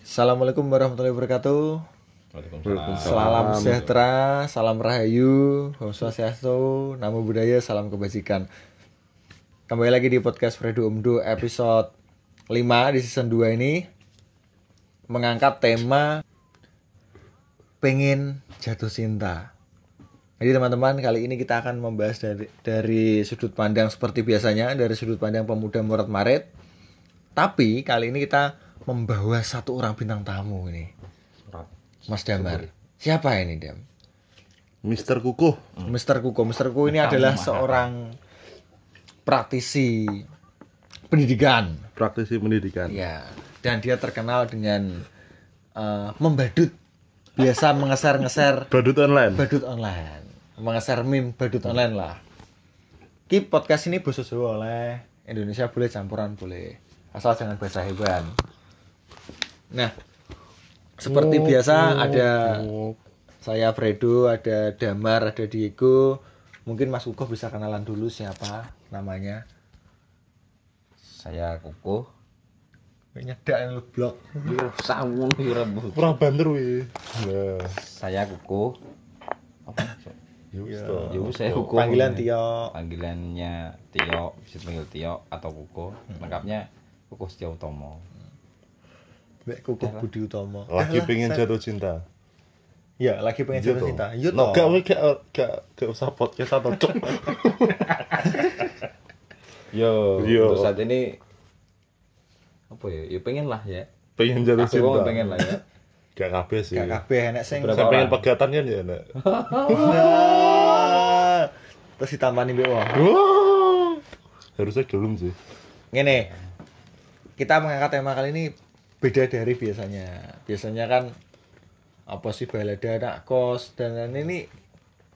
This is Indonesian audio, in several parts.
Assalamualaikum warahmatullahi wabarakatuh. Waalaikumsalam. Salam sejahtera, salam rahayu, Om Swastiastu, Namo Buddhaya, salam kebajikan. Kembali lagi di podcast Fredo Umdo episode 5 di season 2 ini mengangkat tema pengen jatuh cinta. Jadi teman-teman kali ini kita akan membahas dari dari sudut pandang seperti biasanya dari sudut pandang pemuda Murad Maret. Tapi kali ini kita membawa satu orang bintang tamu ini. Mas Damar. Siapa ini Dam? Mister Kukuh Mr. Kuko. Mr. Kuko ini adalah seorang praktisi pendidikan. praktisi pendidikan Ya, dan dia terkenal dengan eh, membadut. Biasa mengeser-ngeser badut online badut online mengeser meme badut online lah ki podcast ini bahasa Jawa oleh Indonesia boleh campuran boleh asal jangan bahasa hewan nah seperti biasa ada oh. saya Fredo ada Damar ada Diego mungkin Mas Ugo bisa kenalan dulu siapa namanya Saya Kuku. nyedak lu blok Samun rembug. kurang banter wih nah Saya Kuku. Apa? Iya. ya Yo Eh, saya Kuku. panggilan Tio Panggilannya Tio, bisa dipanggil Tio atau Kuku. Lengkapnya Kuku Setia Utomo. Mbak Kukuh Budi Utomo Eh, lagi lah, pengen saya- jatuh cinta ya lagi pengen jatuh cinta Yo, Iya toh. no gak wih gak gak gak usah podcast atau cok Yo, Yo. untuk saat ini apa ya? Ya pengen lah ya. pengen jatuh Aku cinta mau pengen lah ya. gak kabeh sih gak kabeh enek sing saya Berapa pengen orang? pegatan kan ya nak Nah. Terus ditampani mbek wong. Wah. harusnya gelum sih Ngene. Kita mengangkat tema kali ini beda dari biasanya. Biasanya kan apa sih balada anak kos dan lain-lain ini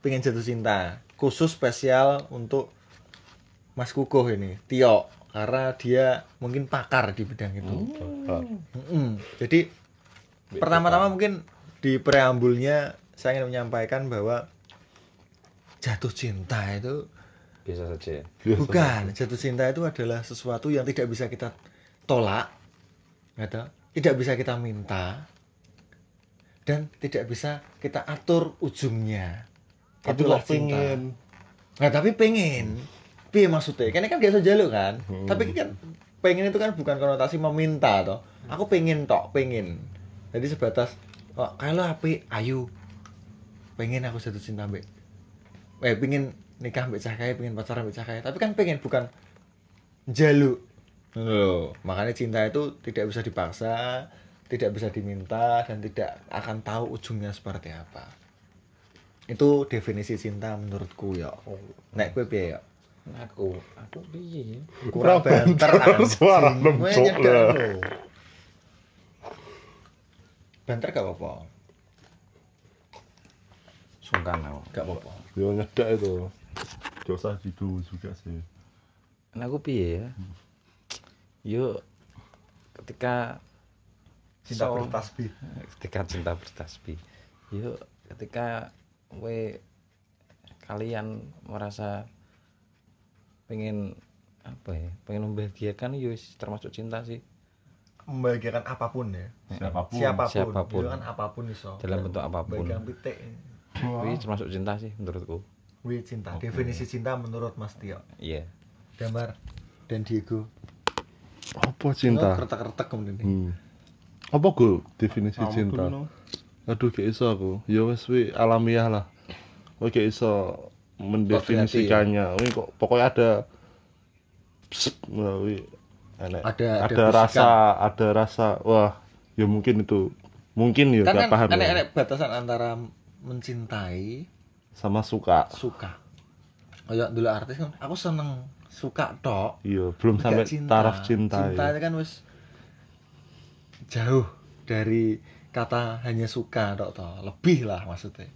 pengen jatuh cinta. Khusus spesial untuk Mas Kukuh ini, Tio karena dia mungkin pakar di bidang itu. Hmm. Mm-mm. Jadi pertama-tama mungkin di preambulnya saya ingin menyampaikan bahwa jatuh cinta itu Biasa saja. bukan jatuh cinta itu adalah sesuatu yang tidak bisa kita tolak, gitu. tidak bisa kita minta, dan tidak bisa kita atur ujungnya. tapi Itulah kok pengen Nah, tapi pengen. Piye maksudnya? Karena kan biasa jaluk kan. Tapi kan pengen itu kan bukan konotasi meminta toh. Aku pengen tok, pengen. Jadi sebatas kok kalau api ayu pengen aku jatuh cinta mbek. Eh pengen nikah mbek cah kae, pengen pacaran mbek cah kae. Tapi kan pengen bukan jaluk. Loh, makanya cinta itu tidak bisa dipaksa, tidak bisa diminta dan tidak akan tahu ujungnya seperti apa itu definisi cinta menurutku ya nek gue piye ya Aku, aku piye ya? kurang Kurang banter banter, anjing. suara lembut Gue nyedek lah. lo. banter gak apa-apa Sungkan aku. gak apa-apa ya nyedak itu gak usah dulu juga sih Nah, aku piye ya? Yo ketika cinta so- bertasbih ketika cinta bertasbih yuk ketika we kalian merasa pengen apa ya pengen membahagiakan yuk termasuk cinta sih membahagiakan apapun ya siapapun siapapun, siapapun. Itu kan apapun iso Dalam bentuk apapun. bagian pitik Wih, termasuk cinta sih menurutku Wih, cinta definisi cinta menurut Mas Tio iya Damar dan Diego apa Oh, cinta kertek-kertek kemudian nih. Hmm. Apa gue definisi cinta? Aduh gak iso aku. Ya wis wi alamiah lah. Kowe gak iso mendefinisikannya. Wi kok pokoknya ada Psst, wah, wi, enek. Ada- ada ada bisikan. rasa, ada rasa. Wah, ya mungkin itu. Mungkin ya kan gak kan paham. ya. enek-enek batasan antara mencintai Sama suka. suka kayak dulu artis kan aku seneng suka tok Iya, belum Gak sampai taraf cinta. cinta ya. itu kan wis jauh dari kata hanya suka tok toh lebih lah maksudnya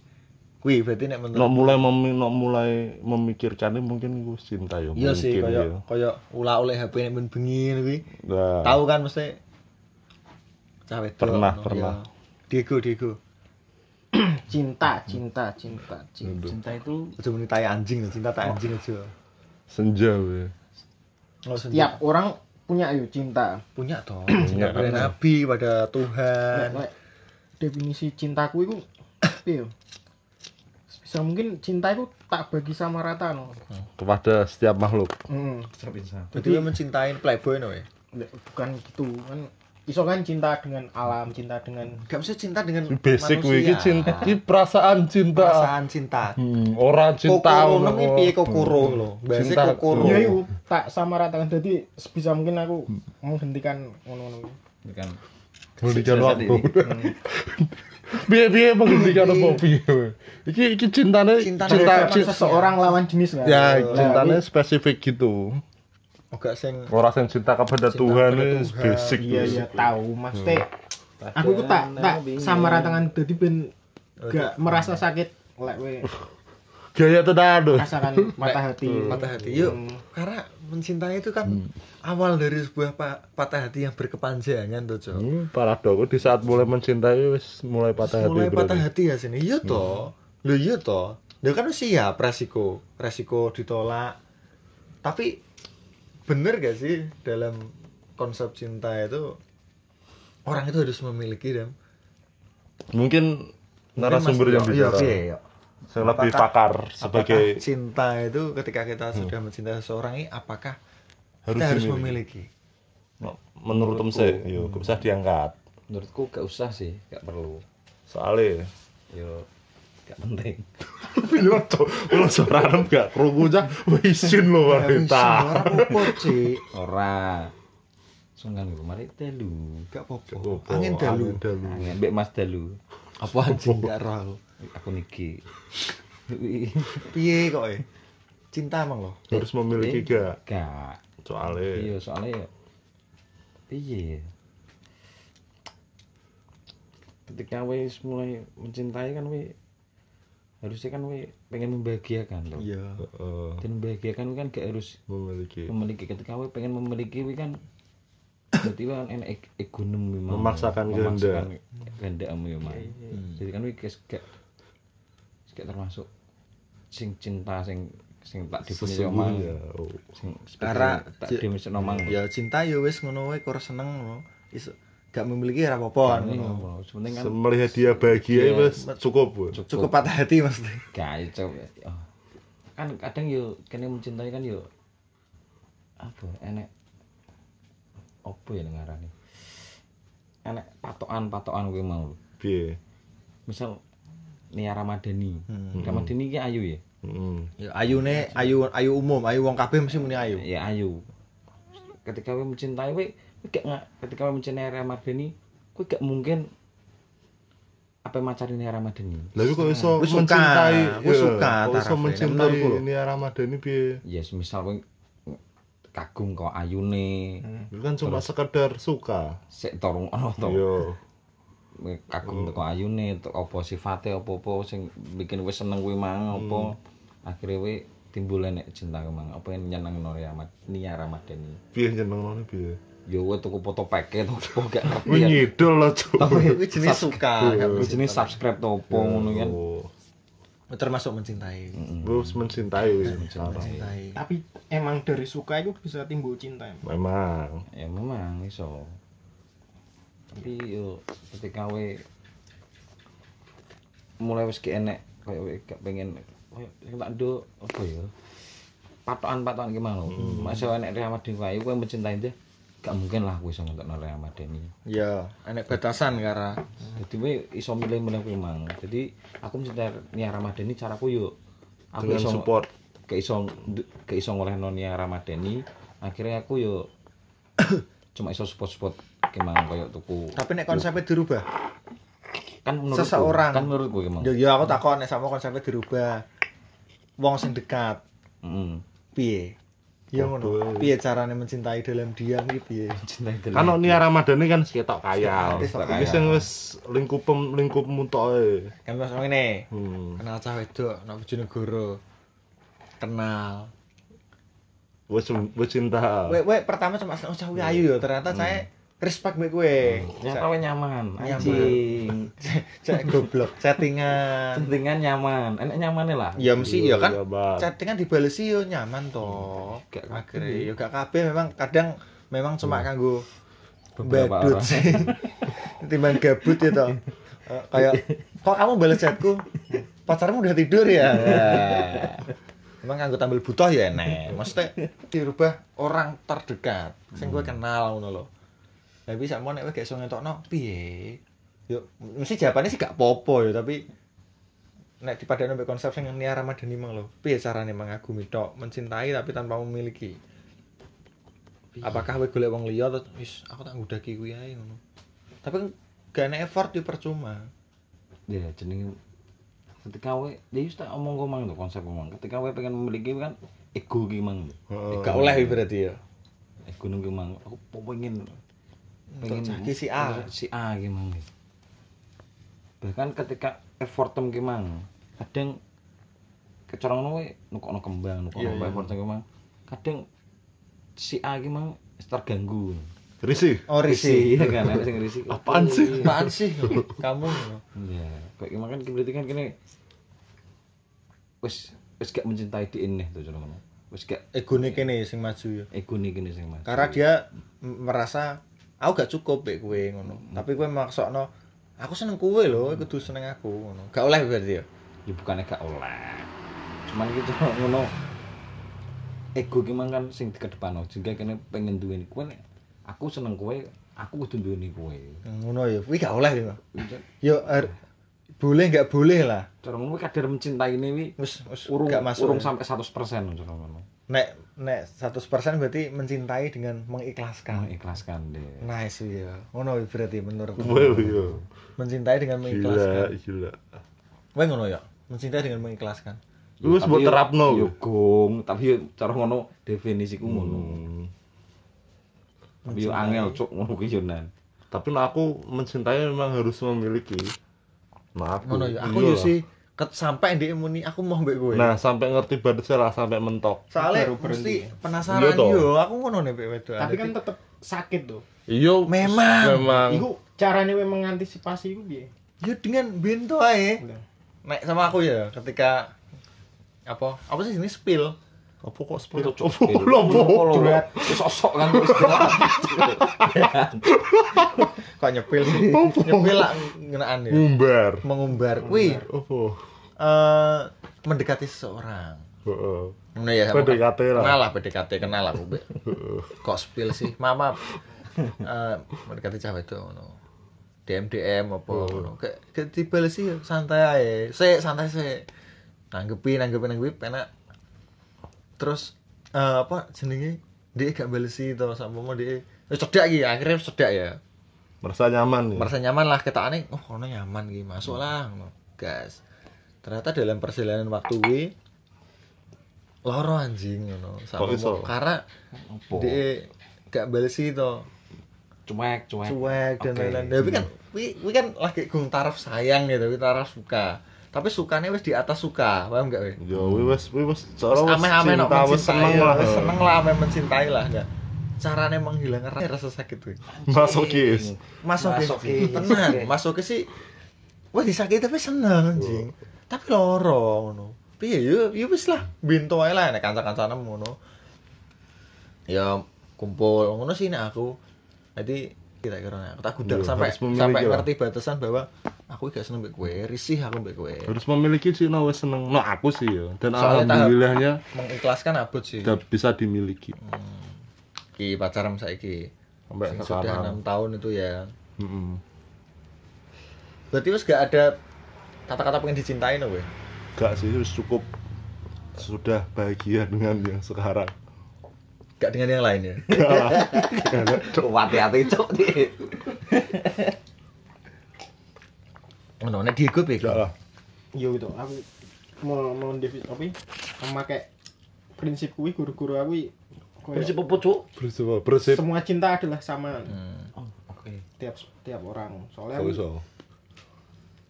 kui berarti nek menurut Nok mulai memi, nok mulai memikirkannya mungkin gue cinta ya. iya sih mungkin ya. kayak kayak ulah oleh HP nek men bengi kuwi Nah, tahu kan mesti cah wedok Pernah, no, pernah. iya. Diego Diego Hmm. cinta cinta cinta cinta, cinta itu aja muni Oh. tai anjing cinta tai anjing aja senja wi. Oh, tiap orang punya ayo cinta. punya toh Punya, cinta pada kan. nabi pada Tuhan Eh. Lek- lek definisi cintaku itu piye? yo? Bisa mungkin cinta itu tak bagi sama rata no. Hmm. kepada setiap makhluk. Mm. jadi lu mencintai playboy no ya Lek, Bukan gitu kan. Iso kan cinta dengan alam, cinta dengan gak bisa cinta dengan Basic kuwi iki manusia. cinta, iki perasaan cinta. perasaan cinta Hmm, ora cinta kokoro ono. nang piye kokoro lho bahasa Cinta. Iya, kokoro ya iku tak sama rata kan jadi sebisa mungkin aku menghentikan ngono-ngono. iku. Ini kan Menghentikan Saat waktu. ini. Hmm. Piye piye menghentikan apa piye. we? Iki iki cintane Cinta cinta dengan Kan cinta. seseorang lawan jenis kan. Eh, Ya, Lah, cintanya ini- spesifik gitu. Oga sing Ora sing cinta kepada Cinta Tuhan kepada wis Tuhan. basic. Iya wis. iya tahu maksudnya Hmm. aku ku tak tak sama ratangan jadi ben gak merasa sakit lek we Gaya tenan lho. rasakan mata hati Hmm. patah hmm, hati yuk Hmm. karena mencintai itu kan awal dari sebuah pa- patah hati yang berkepanjangan tuh Jo Hmm, paradoku di saat mulai mencintai wis mulai patah hati. mulai patah berarti. Hmm. hati ya sini iya toh lo iya toh dia kan harus siap resiko resiko ditolak tapi bener gak sih dalam konsep cinta itu orang itu harus memiliki dan Mungkin narasumber yang bicara. iya, iya. Saya lebih Apakah- pakar Apakah sebagai cinta itu ketika kita sudah mencintai seseorang ini apakah Hmm. Harus kita harus dimiliki. memiliki menurut temse, yo gak usah diangkat. menurutku gak usah sih gak perlu Soale yo gak penting Pilihan cok, lo suara arem gak kerungu cah, wisin lo wanita. Orang apa sih ora sungan gue mari telu gak popo angin dalu Angin, mbek mas telu apa anjing gak roh aku. aku niki piye kok eh cinta emang lo Harus memiliki gak? gak Soale iya soalnya ya piye ya? ketika wis mulai mencintai kan we harusnya kan we pengen membahagiakan loh iya eh, dan membahagiakan kan gak harus memiliki memiliki ketika we pengen memiliki we kan berarti we kan enek ekonomi memang Memaksakan kehendak memang ya, jadi kan we guys gak gak termasuk sing cinta sing sing tak definisi omang sesungguhnya. Oh. sing Karena- tak definisi omang ya cinta ya wis ngono wae kur seneng ngono Is- gak memiliki ya apa ngono Sebenarnya kan Melihat dia bahagia Iya. wes cukup. weh. cukup patah hati maksudnya gak coba. Oh. Kan kadang yo kene mencintai kan yo apa ya, enek apa ya ngarani. Enek patokan-patokan kuwi mau. Piye? Misal Nia Ramadhani. Hmm. Ramadhani ki ayu ya. Hmm. ya ayune ayu ayu umum ayu wong kabeh mesti muni ayu Ya ayu. Ketika we mencintai we, we gak nga- ketika we mencintai Nia Ramadhani, kowe gak mungkin apa macarin Nia Ramadhani. Lalu kok iso Wis suka, mencintai, wis iya, suka kok iso tarafnya. kan? mencintai Menurutku lho. ini Ramadhani piye? ya misal kowe kagum kok ayune Hmm. Itu kan cuma sekedar suka. Iya. sik torung ana to Yo, kagum teko ayune teko apa sifate apa-apa sing bikin wis seneng kuwi mang apa akhire we timbul enek cinta kuwi mang apa yang nyeneng Nori Ahmad Nia Ramadhani piye nyenengno piye? ya kowe tuku foto peke to apa gak Iya. Wih ngerti ya ngidol lah, Cuk. itu jenis suka gak Kuwi mesti. jenis subscribe to apa ngono kan Oh. termasuk mencintai Terus mencintai wis sekarang. Hmm. mencintai tapi emang dari suka itu bisa timbul cinta Nah, emang. Memang. ya memang iso tapi yo ketika we mulai wis ki enek kaya we gak pengen kaya sing tak nduk apa ya patokan-patokan ki mau masa enek Ramadhani wae kowe mencintai dia gak mungkin lah kowe iso ngentokno Ramadhani ya enek batasan karena jadi we iso milih-milih kowe mang jadi aku mencintai Nia Ramadhani caraku yo aku Dengan iso support. gak iso gak iso ngolehno Nia Ramadhani akhirnya aku yo cuma iso support-support ki mang kaya tuku tapi nek konsepnya dirubah kan menurut Seseorang. kan menurut gue emang ya ya aku takon nek sama konsepnya dirubah wong sing dekat mm. piye ya ngono piye carane mencintai dalam diam iki piye cinta itu Kan Nia Ramadhani kan seketok kaya. Iya. Seketok kaya. Iki sing wis lingkupem lingkupmu tok e. kan mas ngene Hmm. kenal cah wedok nang Bojonegoro kenal Wis wis cinta. we we pertama cuma oh cah kuwi ayu ya ternyata saya respect mbek kowe ternyata Cek- we nyaman Nyaman. anjing cek goblok chattingan pentingan nyaman enak nyamannya lah ya mesti ya Iya, kan Mbak. chattingan dibalesi yo nyaman toh Hmm. Gak Iya. akhirnya yo gak kabeh memang kadang memang cuma kanggo Beberapa badut orang. sih. Timbang gabut ya toh. Eh, Kayak kok kamu balas chatku? Pacarmu udah tidur ya. Iya. Emang kanggo tampil butuh ya nek. Maksudnya dirubah orang terdekat sing gue kenal ngono lho. Lah bisa mau nek kowe gak iso ngetokno piye? Yo mesti jawabannya sih gak popo ya tapi nek dipadani sampai konsep sing Nia Ramadhani mang lho. Piye carane mengagumi tok, mencintai tapi tanpa memiliki? Apakah kowe golek wong liya terus wis aku tak ngudaki kuwi ae ngono. Tapi kan gak enak effort yo percuma. ya jenenge ketika we dia wis tak omong ngomong tuh konsep ngomong ketika we pengen memiliki kan ego ki mang Heeh. Gak oleh berarti ya. ego nang ki mang aku pengen Pengen caki si A. si A ki mang bahkan ketika effort tem ki mang kadang kecorangan we nukokno kembang nukokno Iya, iya. effort tem ki mang kadang si A ki mang terganggu Risih. Oh risih. iya kan ada sing risih Apaan sih? Apaan sih kamu? ngono. Iya, kayak gimana kan berarti kan kene wis wis gak mencintai di ini tuh cara ngono. Wis gak Egone Eh, kene sing maju ya. ego nih gini sing mas. Karena dia m- merasa aku gak cukup bek kowe ngono. Tapi kowe maksokno aku seneng kowe lho, kudu seneng aku ngono. Gak oleh berarti ya. ya bukannya gak oleh. Cuman gitu ngono. Ego gimana kan sing dikedepanno juga kene pengen duweni kowe nek aku seneng kowe, aku kudu duweni kowe. Ngono ya. Kuwi gak oleh ya. Iya. Yo er, boleh gak boleh lah. Cara ngono kuwi kadar mencintai ini wi Wis wis urung gak masuk. urung ya. sampai 100% cara ngono. Nek nek 100% berarti mencintai dengan mengikhlaskan. Mengikhlaskan deh. Nice ya. Ngono ya berarti menurutku. Wow, yo. Mencintai dengan mengikhlaskan. iya. Gila, gila. Kowe ngono ya. Mencintai dengan mengikhlaskan. Lu wis mbok Yo terapno. gong, tapi yo cara ngono definisiku ngono. Hmm. Tapi yo angel cuk ngono kuwi yo nan. Tapi nah aku mencintai memang harus memiliki. Nah, aku. Ngono ya. Aku Iya yo lah. sih ket sampai ndek muni aku mau mbek kowe. Nah, sampai ngerti batasnya lah, sampai mentok. soalnya Baru berhenti. mesti penasaran Iya toh. yo aku ngono nih Pak Wedo tapi kan tetep sakit tuh Iya, Memang. Memang. Iku caranya we mengantisipasi iku piye? yo dengan bento ae naik sama aku ya ketika apa apa sih ini spill Apa kok spill? Apa, Apa kok lopo? Duet sosok kan terus gelap. kok nyepil sih nyepil lah ngenaan ya Ngumbar. mengumbar wih Apa? eh mendekati seseorang Heeh. Ngono ya sama- PDKT lah. kenal lah PDKT kenal aku Bek. kok spill sih mama eh mendekati cewek itu ngono DM DM apa ngono kayak kayak dibales sih santai aja se santai se nanggepi nanggepi nanggepi penak terus eh apa jenenge dia gak bales sih to sama mau dia wis cedak iki akhirnya cedak ya Merasa nyaman ya. merasa nyaman lah kita aneh oh kono nyaman gitu masuk lah ngono. gas ternyata dalam perjalanan waktu wi loro anjing ngono Kok sama iso? mo- karena Apa? dia gak balesi to Cuek, cuek. cuek dan Oke. lain-lain tapi kan Hmm. wi, wi kan lagi gung taraf sayang gitu wi taraf suka tapi sukanya wis di atas suka paham gak wi Yo, we wes we wes cara Terus wes ameh-ameh nok cinta wes mencintai seneng ya, lah. wis seneng lah ameh mencintai lah enggak caranya menghilangkan rasa sakit wi Masokis. masuk Masokis. iya. ke tenan masuk ke sih wah disakiti tapi seneng Oh. anjing tapi loro ngono piye yo yo wis lah bintu ae lah nek kanca-kancane ngono ya kumpul ngono sih nek aku jadi kira-kira nek aku tak gudak Iya, sampai harus memiliki sampai lah. ngerti batasan bahwa aku gak seneng mbek kowe risih aku mbek kowe Harus memiliki sih nah wes seneng. Nah, aku sih ya. Soalnya Dan Iya. tahap- alhamdulillahnya mengikhlaskan abot sih udah bisa dimiliki. ki pacaran saiki Sampai Sing sudah sekarang. enam tahun itu ya Heeh. berarti wis gak ada kata-kata pengen dicintai no weh Gak sih wes cukup sudah bahagia dengan yang sekarang. gak dengan yang lain ya Cuk, hati-hati cuk. Dik. ngono nek Diego bego Enggak Iya lah. Yo gitu, aku mau mau devis tapi memakai prinsip kuwi guru-guru aku i- koyo Prinsip apa cuk? Bersih, bersih. semua cinta adalah sama Oke. tiap tiap orang. Soalnya Gak aku usah.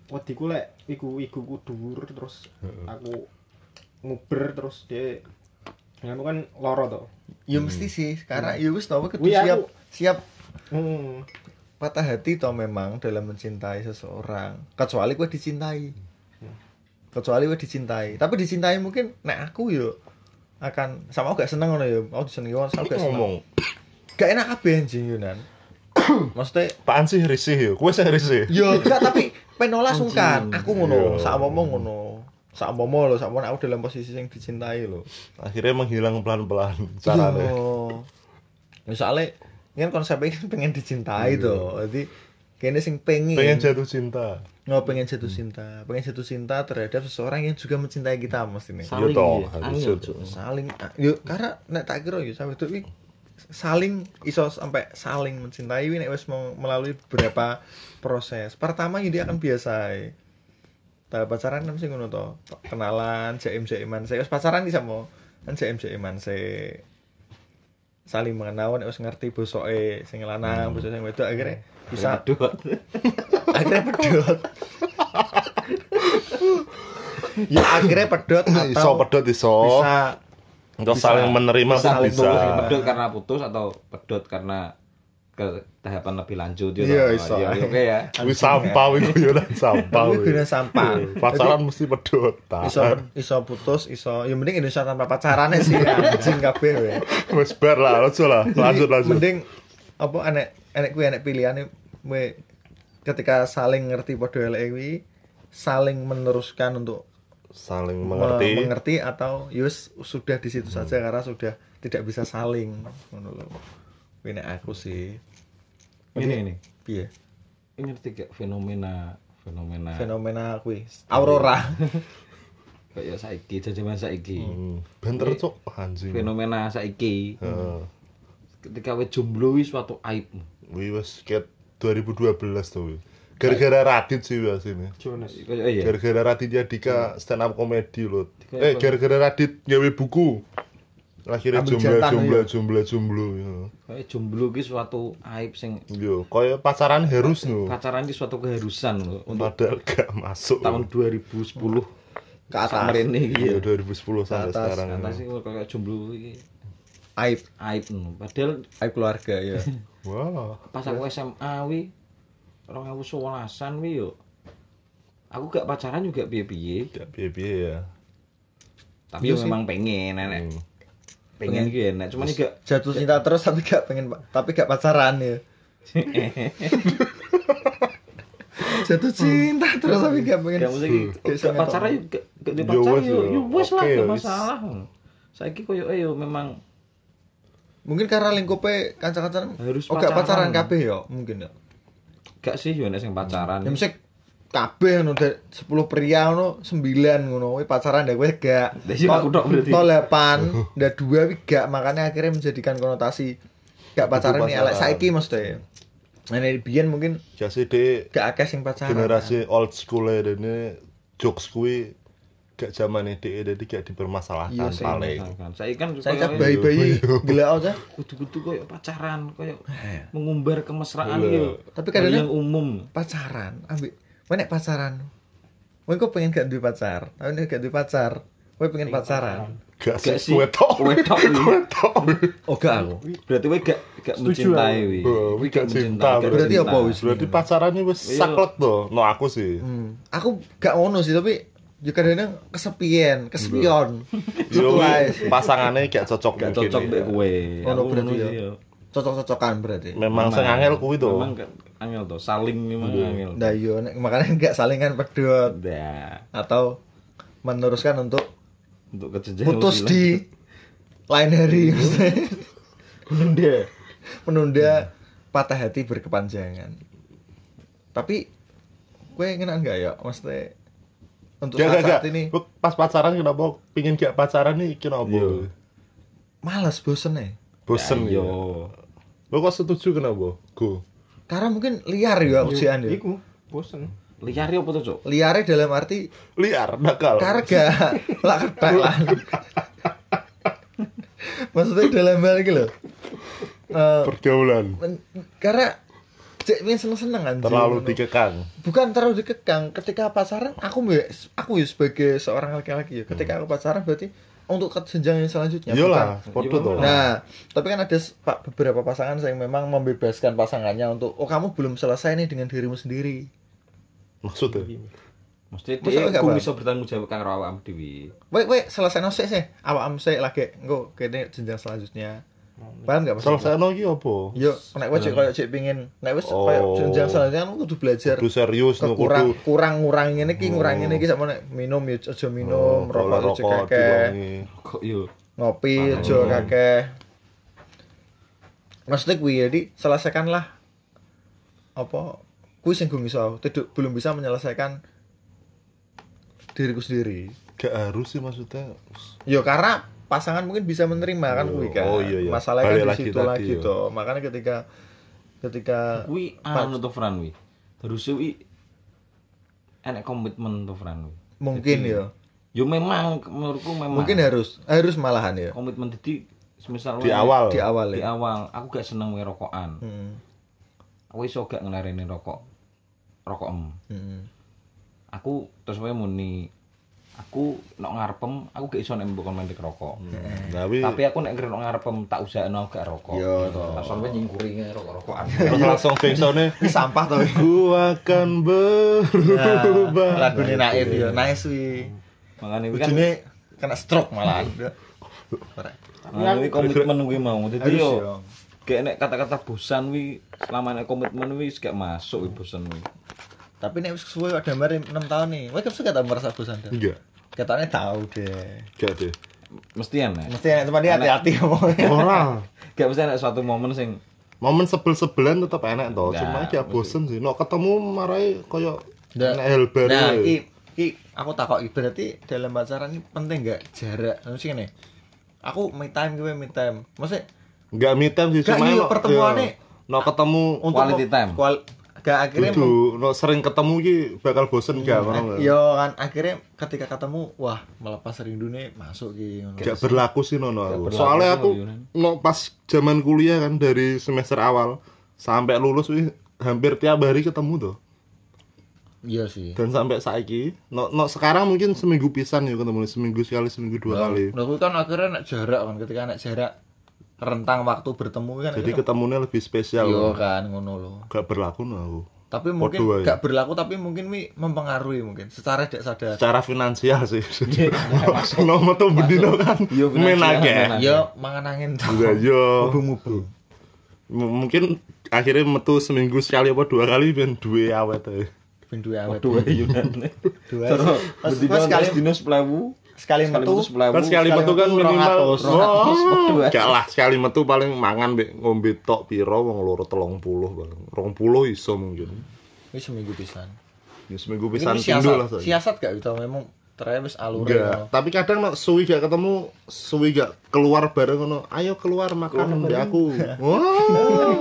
wedi ku lek iku iku ku dhuwur terus aku nguber terus dia aku kan loro to. Ya mesti sih, karena ya wis tau kudu Wih, aku- siap siap Hmm. patah hati toh memang dalam mencintai seseorang. Kecuali gue dicintai. Kecuali gue dicintai. Tapi dicintai mungkin nek aku yo akan sama aku gak seneng ngono ya. Aku disenengi wong aku gak seneng. Ngomong. gak enak kabeh anjing Yunan. Maksudnya Apaan sih risih ya? Kue sih risih. Yo, enggak tapi penola sungkan. Anjing. Aku ngono, Yo. sakmomo ngono. Sakmomo lho, sakmomo aku dalam posisi yang dicintai lho. Akhirnya menghilang pelan-pelan caranya. Yo. Ya soalnya ini kan konsepnya kan pengen dicintai tuh. Jadi kayaknya sing pengen Pengen jatuh cinta. no, pengen jatuh cinta, pengen jatuh cinta terhadap seseorang yang juga mencintai kita mestinya. Saling toh, ya, harus angel, itu. Cuk. saling yuk karena nek tak kira yo sampe itu saling iso sampai saling mencintai ini nek wis mau melalui beberapa proses pertama ini dia akan biasa eh. tahap pacaran kan sih ngono to kenalan jaim jaiman saya wis pacaran bisa mau kan jaim jaiman saya saling mengenal nek wis ngerti bosoke sing lanang bosoke sing wedok akhirnya bisa Aduh, Pak. akhirnya pedot ya akhirnya pedot Iso atau pedot iso. bisa Terus Bisa. saling menerima pun Saling bisa. putus, pedot karena putus atau pedot karena ke tahapan lebih lanjut ya. Iya, toh. iso. Ya, Oke ya. Wis sampah wih guyonan sampah. Kuwi wih. guna sampah. Wih, Pacaran mesti pedot. iso tahan. iso putus iso ya mending Indonesia tanpa pacaran sih ya. anjing kabeh we. Wis bar lah, lanjut lah. Jadi, Lanjut lanjut. Mending apa enek enek kuwi enek pilihane we ketika saling ngerti padha eleke kuwi saling meneruskan untuk Saling me- mengerti. Hmm. mengerti atau yus sudah di situ saja karena sudah tidak bisa saling ngono lho. Kuwi nek aku sih Ini ini. piye Ini ngerti gak fenomena Nah. fenomena fenomena kuwi aurora kayak saiki jajaman saiki. Hmm, Bentar cok anjing. Fenomena saiki Heeh. ketika wis jomblo wis suatu aib. Wih wis ket 2012 tuh. wih. Gara-gara Radit sih wis ini. Jonas Kayak iya. Gara-gara Raditya Dika stand up comedy loh. Dika Eh apa? gara-gara Radit nyawe buku. Akhirnya Ambil jomblo jantan, jomblo iya. jomblo jomblo. ya. Kayak jomblo ki suatu aib sing Yo, kaya pacaran harus no. pacaran ki suatu keharusan lho untuk Padahal gak masuk. tahun 2010 ke atas sampai ini iki ya. Iya 2010 sampai atas, sekarang. ya. Ternyata sih kayak jomblo iki aib aib no. Padahal aib keluarga ya Wah. pas aku SMA wi 2011-an wi yo. Aku gak pacaran juga piye-piye, Tidak piye-piye ya. tapi yo memang pengen Hmm. nenek. Pengen ki enak, cuman juga jatuh cinta terus tapi gak pengen pa- tapi gak pacaran ya jatuh Hmm. cinta terus tapi gak pengen gak mesti Kayak gak sangat pacaran yo gak gak duwe Ya pacar wes, yo. yo. Yo wes lah Oke, gak wes. masalah. Saiki koyo eh yo memang mungkin karena lingkupnya kanca-kanca Harus oh gak pacaran pacaran. kabeh ya mungkin ya gak sih yo nek sing pacaran. ya mesti kabeh ngono dek 10 pria ngono 9 ngono kuwi pacaran dek kowe gak Lah, iya, aku tok berarti. tol 8 ndak 2 kuwi gak makanya akhirnya menjadikan konotasi gak pacaran ini elek pacaran. saiki maksudnya nah ini biyen mungkin Jase de gak akeh sing pacaran generasi old school ya, ini jokes kuwi gak zaman ide jadi gak dipermasalahkan Iya sih, paling. Misalkan, Saiki kan saya koyo- cak bayi-bayi gila oh, aja kudu-kudu koyo pacaran, koyo mengumbar kemesraan Iya. yo. Tapi kadang- yang umum. pacaran ambek kowe nek pacaran kowe kok pengen gak duwe pacar tapi nek gak duwe pacar kowe pengen pacaran Gak sih Gak sih. kue tok. Kue tok, iya. Kue tok. oh gak aku Berarti kowe gak gak Iya, Setuju mencintai aku. wi. Oh, Kowe kowe gak cinta, gak berarti cinta. apa wis Berarti pacarannya wis Iya. saklek tuh. No aku sih. Hmm. aku gak ngono sih tapi ya kadang kesepian kesepion Yo Gitu ae sih. pasangannya gak cocok Gak mungkin cocok ya. mbek kowe. Oh, Aku berarti ngono ya. sih, yo. cocok-cocokan berarti Memang sing angel kuwi Iya. tuh. Memang gak- angel tuh, saling memang angel. nah yo nek makanya gak salingan pedot Nah, atau meneruskan untuk untuk kejenjang putus lebih di lain hari maksudnya. Menunda. menunda patah hati berkepanjangan tapi gue ngenaan gak ya maksudnya untuk Gak gak saat, gak. saat ini Lu Pas pacaran kenapa pingin gak pacaran nih Iya. kenapa? malas bosen ya Bosen Ya, yo. Yo. Lu kok setuju kenapa? Go. karena mungkin liar ya ujian ya Iya. iku bosen Liar yo apa tuh, Cuk? liarnya dalam arti Liar nakal. karga lah ketelan maksudnya dalam hal ini loh Eh, Pergaulan. men- karena cek pengen seneng seneng kan Iya. Terlalu dikekang. bukan terlalu dikekang ketika pacaran aku mbak- aku ya sebagai seorang laki-laki ya ketika aku pacaran berarti untuk ke jenjang yang Ya, selanjutnya Hmm. Iyalah, bukan- Iya, podo tuh. Nah, tapi kan ada s- pak- beberapa pasangan yang memang membebaskan pasangannya untuk oh kamu belum selesai nih dengan dirimu sendiri. Maksudnya Iya. Mesti Masa dia gak aku apa? bisa bertanggung jawab karo awakmu dhewe. Wait, wait, selesai nosek sih. Awak am sih lagi engko kene jenjang selanjutnya. Paham enggak maksudnya? Selesai iki apa? Iya, Yo, nek wis koyo cek pingin, nek wis koyo Oh. jenjang selanjutnya kan kudu belajar Kudu serius no kurang kudu. kurang ngurang ngene iki ngurang ngene iki sama nek minum ya aja minum, Oh, rokok kalau aja rokok kakek, diulangi. kok yo ngopi Paham. aja kakek. Maksudnya kuwi jadi selesaikanlah apa kuwi sing gue iso tidak belum bisa menyelesaikan diriku sendiri. Gak harus sih maksudnya. Yo karena pasangan mungkin bisa menerima kan Yo, kuwi kan. oh iya, iya. Masalahnya Balik kan lagi di situ tadi, iya. lagi yo. toh. Makanya ketika ketika kuwi anu to Fran kuwi terus kuwi enek komitmen to Fran kuwi mungkin Jadi, ya yo memang menurutku memang mungkin ya. harus harus malahan ya komitmen jadi semisal Di lu- awal. di awal di Iya. ya awal aku gak seneng wae rokokan Hmm, aku iso gak ngelareni rokok rokok em hmm. aku terus wae muni aku nek ngarepem aku gak iso nek mbok kon mandek rokok Hmm. Tapi tapi aku nek ngerti ngarepem tak usahno gak rokok Hmm. Yo, toh. terus wae nyingkuringe rokok-rokokan terus langsung fixone ini sampah tau ku akan berubah. lagu ini naif Iya, ya nice wi makane kuwi kan ujungnya kena stroke malahan Ora. makane kuwi komitmen kuwi mau dadi harus yo ya kayak nek kata-kata bosan wi selama nek komitmen wi gak masuk wi bosan wi tapi nek wis suwe ada mari 6 tahun nih wae kepsu kata merasa bosan dah Enggak. katanya tahu deh Gak deh. mesti enek mesti enak cuma dia hati-hati ngomongnya Orang. gak mesti enek suatu momen sing Momen sebel-sebelan tetap enak toh, Enggak, cuma ya mesti. bosen sih. Nek ketemu marai koyo Nggak. enak hal baru. nah iki iki aku takok iki berarti dalam pacaran ini penting gak jarak anu sih ngene aku me time gue me time maksudnya Enggak me time sih, Nggak, cuma iya, enak, pertemuannya. iya. Nek ketemu Quality time. kual, gak akhirnya kudu nek sering ketemu iki bakal bosen gak orang. Nah, nggak? Yo kan akhirnya ketika ketemu wah melepas rindu nih masuk ki ngono. Gak berlaku sih nono aku. berlaku Soalnya sih, aku Yunan. no pas zaman kuliah kan dari semester awal sampai lulus wih hampir tiap hari ketemu tuh. Iya sih. Dan sampai saiki no, no sekarang mungkin seminggu pisan ya ketemu seminggu sekali seminggu dua kali. Nah, kuwi kan akhirnya nek jarak kan ketika nek jarak rentang waktu bertemu kan Jadi ketemunya lebih spesial. yo kan ngono loh. Gak berlaku no aku. Tapi mungkin Podo wae. gak berlaku tapi mungkin wi mempengaruhi mungkin secara tidak sadar. Secara finansial sih. no metu bendino kan. Iya, Men finansial, akeh. men. Yo Iya, mangan angin Juga tuh. yo. Mubu-mubu. M- mungkin akhirnya metu seminggu sekali apa dua kali ben duwe awet ae. Ben duwe awet. dua ya? Yunan terus Mas- bendino mas sekali- terus dino sepelewu Sekali metu Kan sekali metu kan metu minimal 200. Wah, 200. Gak lah sekali metu paling mangan mbek ngombe tok piro wong loro 30 paling. 20 iso mungkin. Wis seminggu pisan. Ya seminggu Ini pisan wis pindu lah. siasat. ya. Shay. Siasat gak itu memang ternyata wis alure. ngono. Enggak, tapi kadang nek suwi gak ketemu, suwi gak keluar bareng ngono. Ayo keluar makan mbek aku. Wah,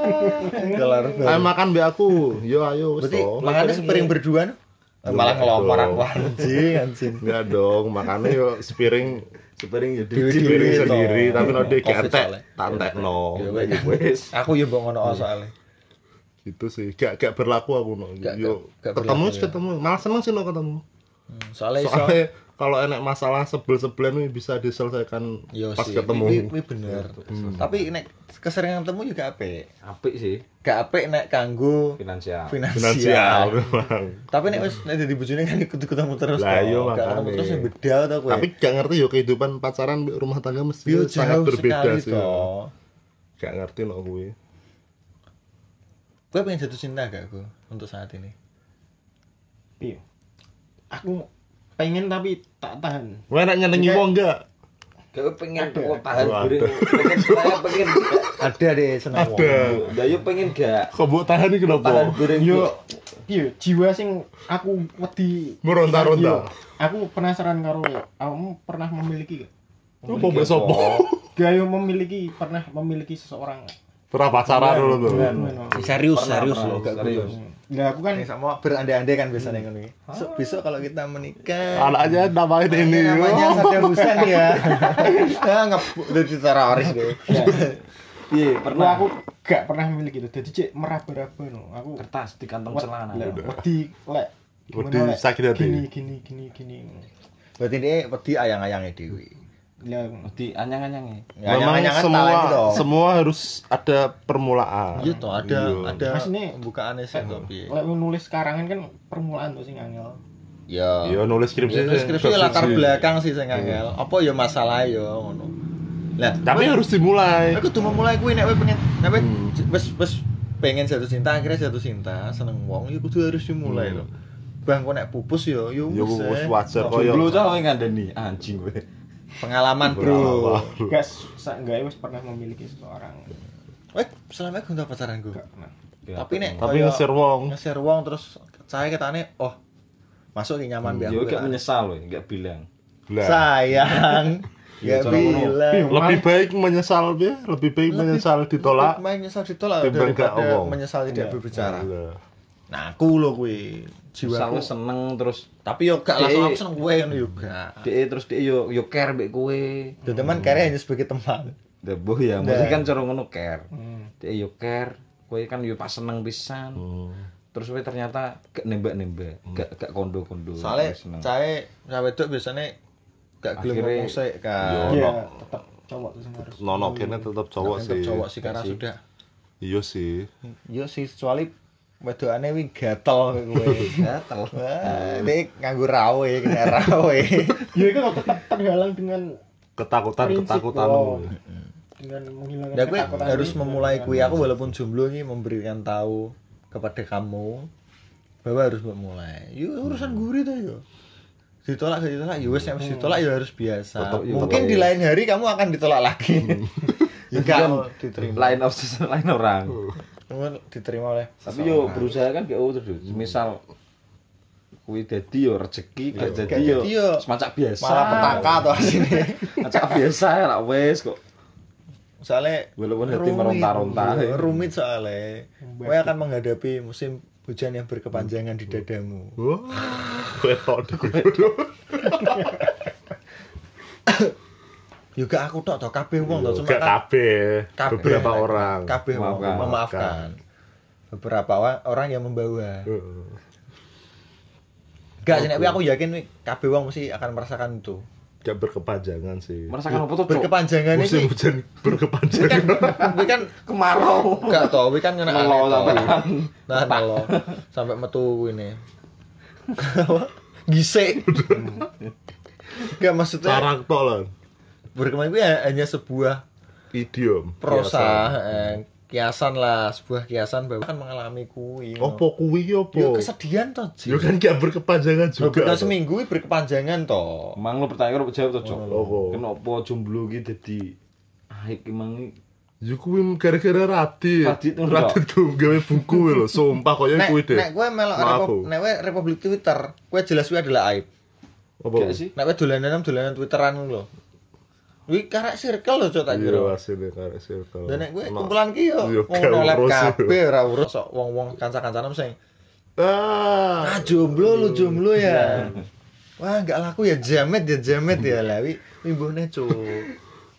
Kelar. ayo makan mbek aku. Yo ayo wis Berarti toh. makannya sepiring berdua no? malah ngelomor aku anjing anjing. Enggak dong, makanya yo sepiring sepiring ya sepiring Diri-diri sendiri, toh. tapi nek Covid gak entek, soalnya. tak entekno. Ya, wes. Wes. Aku ya mbok ngono soalnya. gitu sih gak gak berlaku aku no Gak- yo gak- gak ketemu berlaku, sih ya. ketemu malah seneng sih no ketemu Hmm, Soalnya iso soalnya kalau enak masalah sebel sebelan bisa diselesaikan yo pas Iya sih. Kuwi- ketemu Hmm. kuwi bener. Tapi nek keseringan ketemu juga apik. apik sih Gak apik nek kanggo finansial finansial finansial. memang Tapi nek wis nek dadi bojone kan ikut ketemu terus. Lah, toh. iya, Gak ketemu makane. terus ya beda to kowe. tapi gak ngerti yo kehidupan pacaran mbek rumah tangga mesti Yo, jauh sangat berbeda sekali sih toh. gak ngerti no gue Kowe pengen jatuh cinta gak aku untuk saat ini? Iya. Aku pengen tapi tak tahan. gue enak nyenengi Kayak- wong gak Kayak pengen kok tahan Waduh. guring. Pengen saya pengen gak. Ada deh seneng. ada Lah yo pengen gak. kok buat tahan ini Tahan kenapa guring. Yo, iya jiwa sing aku wedi Meronta-ronta. Iya. Aku penasaran karo yo. Kamu pernah memiliki gak? lu mau mbek sopo Gayo memiliki pernah memiliki seseorang. nggak? pernah pacaran dulu tuh Serius, Pernah, serius pernah, loh, gak serius. guyon. Nah, aku kan Ini sama berandai-andai kan biasanya ngono iki. Besok besok kalau kita menikah, anak aja namain ini Ini Oh. namanya yo. Saddam Hussein ya. Ah ngebuk dari teroris deh. iya, pernah aku gak pernah memiliki itu. Jadi cek meraba-raba no. Aku Kertas di kantong wed- celana. lek, wedi lek gimana, Wedi lek, sakit hati. Gini gini gini gini. Berarti dia wedi ayang-ayangnya dewi. kan Lah Di e. anyang-anyange. Memang semua semua harus ada permulaan. Iya toh ada Iya. ada Eh, oh. Mas, ini- pembukaannya sih toh piye. lek nulis karangan kan permulaan tuh sing angel. Ya. Iya nulis skripsi. Ya, sih. Iya. Deskripsi latar belakang sih sing angel. Apa ya masalah ya ngono. Lah, Tapi kowe- Hmm. harus dimulai. Aku tuh memulai kuwi nek kowe pengen nek kowe wis wis pengen jatuh cinta akhirnya jatuh cinta seneng wong ya kudu harus dimulai Hmm. loh. Bang kok nek pupus yo yo Ya wis, wis eh. wajar koyo. Jomblo cah kowe ngandani anjing kowe. pengalaman bro. Gas, seenggaknya wis pernah memiliki seseorang. Weh, selama aku untuk pacaran gue. Enggak pernah. Tapi nek Tapi koyo- ngesir wong. ngeser wong terus saya ketane oh masuk ki Hmm. nyaman biar Yo gue lah. gak menyesal loh, gak bilang. Lah, sayang. Iya, Ya cara ngono. bilang. lebih baik menyesal ya, lebih baik menyesal ditolak. Main nyesal ditolak Timbang gak daripada omong. Iya. menyesal tidak berbicara. Lah, Nah, aku lho kuwi. Jiwaku Jiwaku seneng terus tapi yo gak langsung Dek. aku seneng kowe ngono yo gak. dia terus dia yo yo care mbek kowe. Ya teman karya hanya sebagai teman. Ya boh ya, Nah. mesti kan cara ngono care. Hmm. Dia yo care, kowe kan yo pas seneng pisan. hmm. Terus kowe ternyata gak nembak-nembak, gak gak kondo-kondo. Soalnya Kowe seneng. saya saya wedok biasanya gak gelem Akhirnya- ngomong sik kan. Yo. Iya. Iya, Ono. tetap cowok itu sing harus. Nono kene tetep cowok sih. Hmm. cowok sih karena sudah. Iya sih. Yo sih kecuali wedokane wi gatel kowe. Gatel. Wah, Nek nganggo rawe, kena rawe. Ya itu kok tetap terhalang dengan Ketakutan, prinsip ketakutan. wong. dengan menghilangkan Ya gue ketakutan harus itu, memulai dengan- kuwi aku walaupun jomblo ini memberikan tahu kepada kamu bahwa harus memulai. Yo urusan gurih tuh yo. Ditolak gak ditolak, ya wes nek Hmm. wis ditolak ya harus biasa. Tetep, yo, Mungkin tetep. di lain hari kamu akan ditolak lagi. Ya Enggak diterima. Oh. oh. lain of season lain orang. Cuman diterima oleh Tapi yo berusaha kan gak terus. yo. Misal kowe dadi yo rezeki, gak dadi Iya, yo dadi yo semacam biasa. malah petaka to asine. Macak biasa ya lah wes kok. Soale Walaupun hati rumit, meronta-ronta. iya, Rumit soale. Kowe akan menghadapi musim hujan yang berkepanjangan di dadamu. Wah, Kowe tok dikuyu. Juga aku tok to kabeh wong to cuma Gak kan- kabeh, kabeh lah, beberapa orang. kabeh wong Memaafkan. memaafkan beberapa wa- orang yang membawa Heeh. enggak sih nek aku yakin wi, kabeh wong mesti akan merasakan itu Gak berkepanjangan sih. Merasakan apa tuh? Cok? berkepanjangan Musim ini hujan berkepanjangan. wi kan kemarau. enggak to wi kan ngene Melo sampean. nah nelo sampai metu ini gisik enggak maksudnya Cara tolan. berkembang itu ya hanya sebuah Idiom. prosa eh, kiasan lah sebuah kiasan bahwa kan mengalami kui Opo kuwi Yo, opo? kesedihan toh Ji. Yo kan gak berkepanjangan juga. Juga toh. seminggu ini berkepanjangan toh. Emang lu pertanyaan lu jawab tuh, Cok. Apa? Kenapa jomblo ki dadi aik emang Yo kuwi gara-gara Radit. Radit ngono, Radit ku gawe buku kuwi lho, sumpah koyo Nek, Eh, kuwi deh. nek gue melok Maaf, Repo- Bu. nek gue Republik Twitter, gue jelas gue adalah aib. Apa? gak sih? Nek gue dolanan dolanan Twitteran lo. Wih karek circle lo cok tak Iya, kira. asine karek circle. Dan nek gue Ono- kumpulan ki yo Yo, wong gak nolep urus. iya. kabeh ora urus sok wong-wong kanca-kancanem sing Ah. ah jomblo lu jomblo ya. Iya. Wah nggak laku ya jamet ya jamet ya lah wi wimbone cok.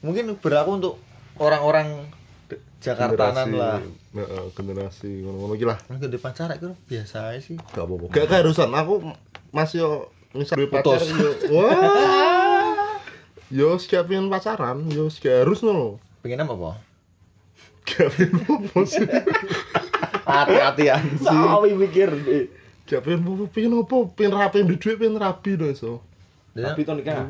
Mungkin berlaku untuk orang-orang de- Jakartanan generasi- lah. Heeh, generasi ngono-ngono iki lah. Nek di pacar itu biasa aja sih. Gak apa-apa. Gak keharusan aku Mas yo misal duwe pacar Putus. yo. Wah. Yo siap pengen pacaran, yo gak harus ngono. Pengen apa? Gak pengen apa sih? Hati-hati ya. Sawi mikir. eh. Gak pengen apa pengen apa, pengen rapi pengen duit, pengen rapi dong iso. Tapi to nikah.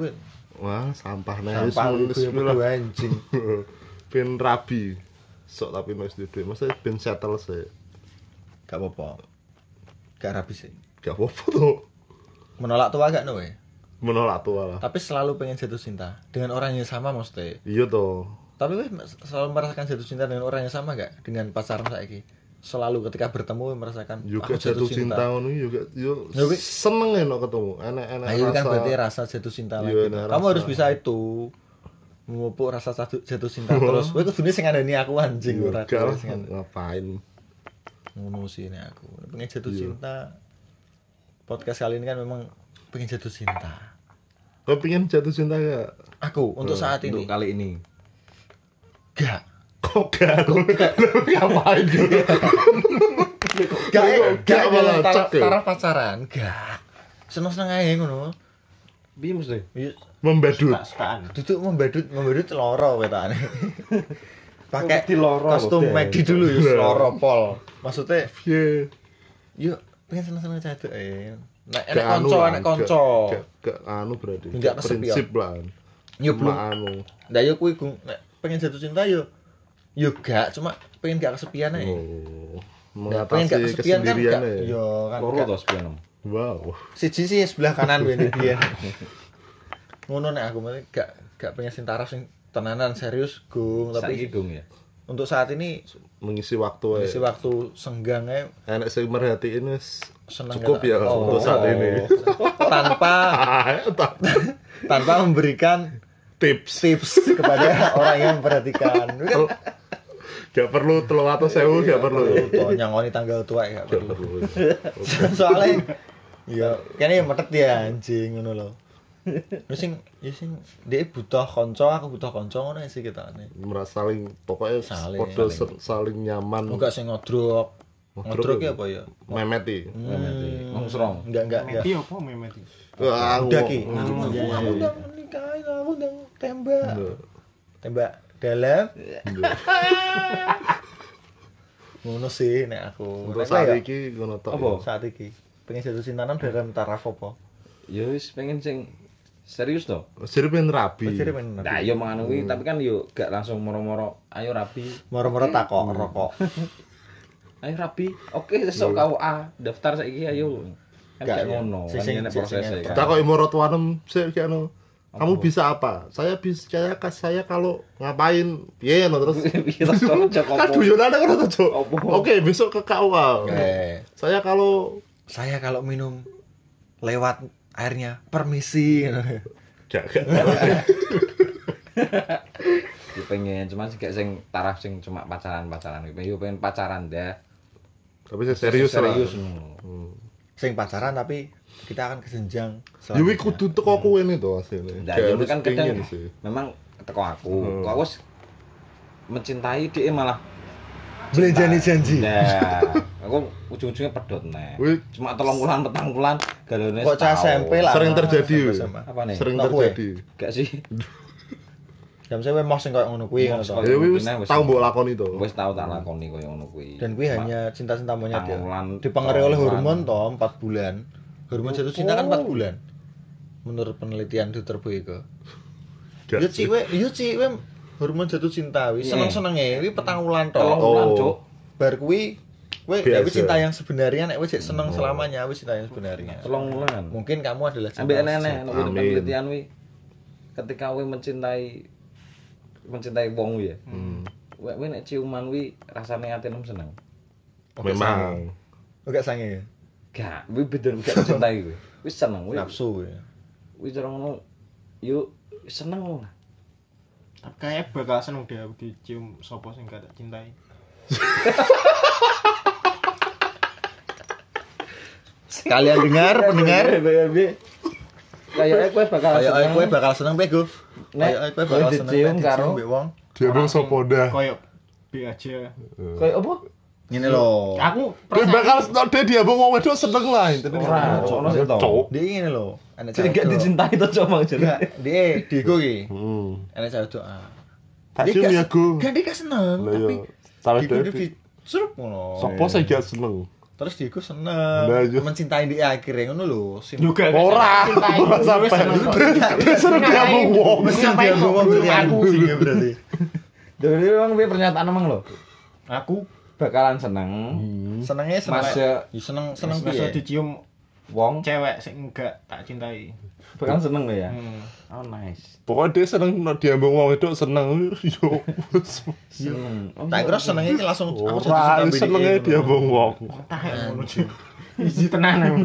Wah, sampah nih. Sampah lu Bismillah. gue ya, anjing. Pin rabi. Sok tapi mas duit, masa pin settle sih. Gak apa-apa. Gak rapi sih. Gak apa-apa tuh. Menolak tua gak noe. Menolak tua lah. Tapi selalu pengen jatuh cinta dengan orang yang sama mesti. Iya tuh. Tapi weh selalu merasakan jatuh cinta dengan orang yang sama gak? Dengan pacaran saiki. Selalu ketika bertemu weh merasakan Juga jatuh cinta ngono juga yo Ya, Wi. seneng ya no ketemu. Enak-enak Nah, itu kan berarti rasa jatuh cinta lagi. Iya, Kamu nah, rasa. harus bisa itu memupuk rasa jatuh, jatuh cinta terus. Weh kudune sing ngandani aku anjing Iya, ora kan. gak kowe lah, sing ngandani. ngapain. ngono sih ini aku pengen jatuh Iya. cinta podcast kali ini kan memang pengen jatuh cinta Kau pengen jatuh cinta gak? aku Iya, untuk saat Untuk ini kali ini. gak Kok gak? Lu Ngapain juga? gak gak, gak Iya, malah gak taraf cak, ya. taraf pacaran gak seneng seneng aja ngono Piye mesti? Iya, Membadut. kesukaan. duduk membadut membadut loro wetane pakai Wedi loro, kostum Den. Maggie dulu ya Iya. loro pol maksudnya Piye? yuk pengen seneng seneng cedek eh nek Gak enek anu konco lah, enek gak- konco gak- Gak anu berarti. Nggak Gak prinsip lah. anu. yo belum maanmu. ndak yo kuwi gung nek pengen jatuh cinta yo yo gak cuma pengen gak kesepian eh. aja Oh. Nggak pengen gak Mengatasi kesepian kan kesendirian gak ya. yo kan Loro gak- to sepian. Wow. siji sih sebelah kanan gue ini dia ngono nek aku mesti gak gak pengen sing taraf sing tenanan serius gung Saiki tapi dong ya. untuk saat ini Mengisi waktu isi ya. waktu senggangnya Enak sing merhatiin wis seneng Oh. Cukup kata- ya, untuk saat ini. tanpa Ah, entah. tanpa memberikan tips. tips kepada orang yang memperhatikan Ini kan Gak perlu telu atau sewu Iya, gak perlu. Tuh, nyangoni tanggal tua ya gak Gak perlu perlu. soalnya ya kayaknya ya metet ya anjing ngono loh Terus sing ya sing dia butuh konco aku butuh konco ngono sih kita nih Merasa saling pokoknya Saling, podo saling. ser- saling nyaman. enggak sing ngodrok Ngodrok ngodrok ya Hmm. apa ya ya? memeti. Hmm. Wong serong. enggak enggak enggak Ya, Meti apa memet iki? Wah, udah ki aku ngomong. iya, iya, aku udah menikahin aku udah tembak tembak dalam ngono sih nek aku Untuk Nek saat kowe ya? ini ngono tok. Apa? saat iki pengen jatuh cintaan dalam taraf apa Ya wis pengen sing serius to. Jadi pengen rabi. Jadi pengen Nah, yo mangan kuwi, tapi kan yo gak langsung moro-moro ayo rapi. moro-moro takok rokok Ayo rapi. Oke, sesuk KUA daftar saiki ayo. Kan Gak, gak ya. ngono, kan Sing- ngene sing- prosesnya sing- kan. Tak kok imorot wanem sik ki anu. Kamu bisa apa? Saya bisa saya saya kalau ngapain? Piye no terus. Piye terus kalau cok Kan Iya, opo? guyonane ngono to, Cok. Apa? Oke, besok ke KUA. Eh, Saya kalau saya kalau minum lewat airnya permisi gitu. jaga. Ya pengen cuman sing gak sing taraf sing cuma pacaran-pacaran. Yo pengen pacaran deh. Tapi saya serius lah. serius. Hmm. ngono. sing pacaran tapi kita akan kesenjang Ya wih kudu teko kowe ini to asline. Gak Nah, itu harus kan kadang pingin sih. memang teko aku. Hmm. Kok wis mencintai dia malah belanjani janji Nah, aku ujung-ujungnya pedot nih. Wih. Cuma tolong bulan, petang bulan, galonnya kok cah SMP lah Sering terjadi, Sampai weh. sama. Apa nih? Sering Nah, kowe. terjadi. Gak sih. jam saya mau sing koyo ngono kuwi Mau ngono sekolah. toh. Ya wih wis Nah, wis- tau mbok lakoni to. Wes tau tak lakoni koyo ngono kuwi. dan kuwi hanya cinta-cinta monyet ya Tangulan, dipengaruhi oleh tangulan. hormon toh 4 bulan hormon jatuh cinta kan 4 bulan menurut penelitian Dr. Boyko Gak yo ciwe yo ciwe iya, hormon jatuh cinta wis Iya. seneng-senenge kuwi petang wulan tolong toh Oh. bulan, Cuk. bar kuwi kuwi Biasa. ya kuwi cinta yang sebenarnya nek kuwi jek seneng selamanya kuwi cinta yang sebenarnya Tolong bulan. mungkin kamu adalah cinta Ambek nenek nek Amin. penelitian kuwi. Ketika kuwi mencintai mencintai wong kuwi ya. Hmm. Kuwi kuwi nek ciuman kuwi rasane atine seneng. Memang. enggak sange ya? Gak, kuwi bener gak mencintai kuwi. Wis seneng kuwi. nafsu ya Kuwi cara ngono yo seneng lah. Tapi kayaknya bakal seneng deh aku dicium sopo sing gak tak cintai. kalian dengar pendengar Kayaknya kue bakal Kayak ae seneng. kowe bakal seneng pego. Nek, Kayak ae kowe bakal kowe seneng dicium nek karo- dicium mbek wong. Dia mau sopoda. Koyok B aja. Kayak apa? Ngene lho. Aku Kowe bakal tok dia dia mau wedok seneng lah intine. Nah, Ora, sono sih to. Cok. Dia ngene lho. Anak Jadi gak dicintai tuh cuma Enggak, jadi. dia digo ki. Hmm. Anak cewek doa. Tak cium ya gue. Gak dia gak seneng, Lah iya. tapi yo, sawet digo dadi. di surup ngono. Sopo sing gak seneng? Terus digo seneng. Lah yo. Mencintai dia akhirnya ngono lho. Sim- juga gak Ora, cintai. ora sampai. Terus dia mau wong. Mesti dia ngomong dengan aku sih ya, berarti. Jadi emang gue pernyataan emang lo Aku bakalan seneng Senengnya seneng. Mas, ya ya. seneng seneng seneng piye? bisa dicium wong cewek sing enggak tak cintai. bakalan seneng lo ya. Hmm. Oh nice. Pokoknya dia seneng nek dia mau wong wedok seneng yo. Seneng. Oh, Tak kira Nah, senengnya ini langsung aku Ora jatuh cinta senenge BDE. dia mau wong. Entah ya ngono sih. Iji tenan aku.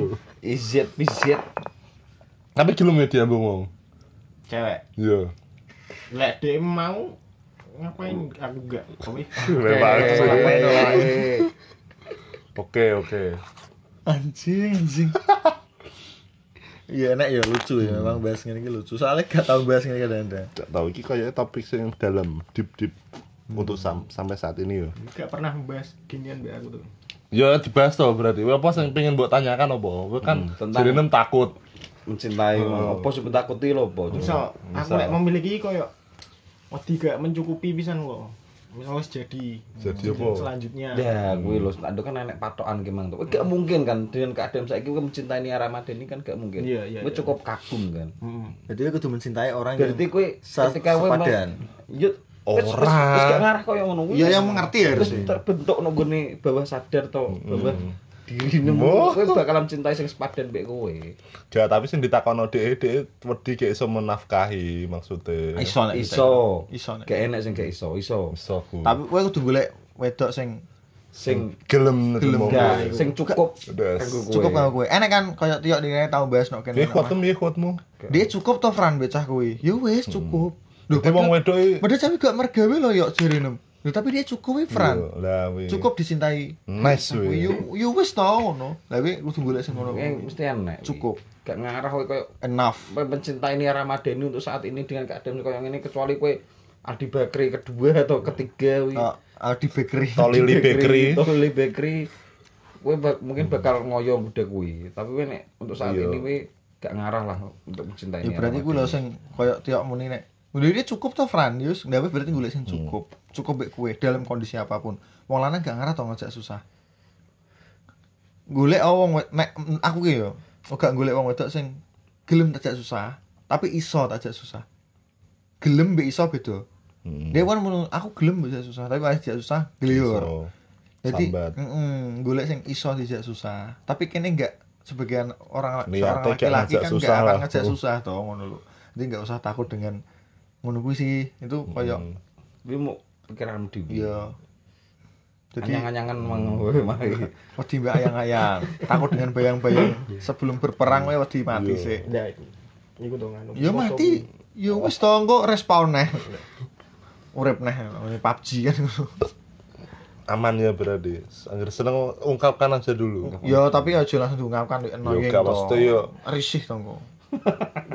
izet izet. Tapi gelem ya dia mau wong. Cewek. Yo. Lek dia mau ngapain aku enggak. Kowe Memang Eh, sih. Ngapain lho, ae. Oke, oke. anjing anjing Iya enak ya lucu ya memang bahas ngene iki lucu. Soalnya gak tau bahas ngene kadang-kadang. Gak tahu iki kayaknya topik sing dalam, deep deep untuk sam- sampai saat ini ya. yo. enggak pernah membahas ginian mbak aku tuh. Ya dibahas toh berarti. Apa sing pengen mbok tanyakan apa? Kowe kan tentang- jenenge takut. Mencintai Oh. wong. Apa sih takuti lo po? Misal aku lek memiliki koyo wedi gak mencukupi pisan kok. misalnya wis jadi Jadi apa? selanjutnya Ya, gue loh. Ando kan enek patokan gimana tuh. Gak mungkin kan dengan keadaan saya gue mencintai Nia Ramadhani kan gak mungkin. Iya, iya, Gue iya. cukup kagum kan. Hmm, Jadi aku kudu mencintai orang Berarti gue se- ketika gue mau sepadan. yut Orang. gak ngarah kok yang ngono. Iya, yang mengerti ya Terus harusnya. terbentuk nunggu nih bawah sadar toh, Hmm. bawah diri Wah. nemu. Gue bakal mencintai sing sepadan mbek kowe. Gak tapi sing ditakono dhek dhek wedi gak iso menafkahi maksude. iso nek Iso. Iso, Nek. Gak enek sing gak iso, iso. Iso ku. Tapi kowe kudu golek wedok sing Sing gelem Gelem, nerimo. ya. ya, sing cukup Pedes. kanggo kowe. cukup karo kowe. Enek kan koyo tiok dene tau bahas nok kene. Piye kuatmu piye kuatmu? Dia cukup to Fran becah kowe. Ya wis cukup. Lho Dadi padahal- wong wedok iki- padahal tapi gak mergawe lho yo jere nem. Lho tapi dia cukup wih, Fran. Iya, Lah wih. Cukup dicintai. Nice Kowe wih. yo yo Oh, wis to ngono. Lah kowe kudu golek sing ngono. Kayak mesti enek. wi. Cukup. Gak ngarah kowe koyo Enough. mencintai Nia Ramadhani untuk saat ini dengan keadaan koyo ini kecuali kowe Aldi Bakri kedua atau ketiga wi. Uh, di bakery. Tolili Bakery. Tolili Bakery. oh, Kowe bak- mungkin bakal ngoyo budek kuwi, tapi kowe nek untuk saat Iya. ini kowe gak ngarah lah untuk mencintai Ya Nia berarti gue lho Ramadhani. sing koyo tiok muni nek. Udah dia cukup toh Fran, Yus. Nggak apa berarti gue sing cukup. Cukup baik kue dalam kondisi apapun. Wong lanang gak ngarah toh ngajak susah. Golek oh, wong wed- nek mm, aku ki yo. Ora golek wong wedok sing gelem tajak susah, tapi iso tajak susah. Gelem mbek iso beda. Hmm. Dia kan menurut aku gelem mbek tajak susah, tapi pas dijak susah gelior. Iso. Jadi, Sambat. mm golek sing iso dijak susah. Tapi kene enggak sebagian orang Niate seorang gak laki-laki ngajak kan susah enggak akan lah. ngajak susah toh ngono lho. Jadi enggak usah takut dengan ngono kuwi sih. Itu koyo Kuwi mau pikiranmu dhewe. ya jadi Hmm. Anyang-anyangan mang kowe mari. wedi mbak ayang-ayang. takut dengan bayang-bayang sebelum berperang wae wedi Iya. mati sih. ya itu itu dong anu Ya Moco mati. Ya wis to engko respawn neh. Urip neh ini PUBG kan. Aman ya berarti. Angger seneng ungkapkan aja dulu. ya tapi aja langsung diungkapkan di Ya, eno iki. gak mesti, ya. gitu. Risih to engko.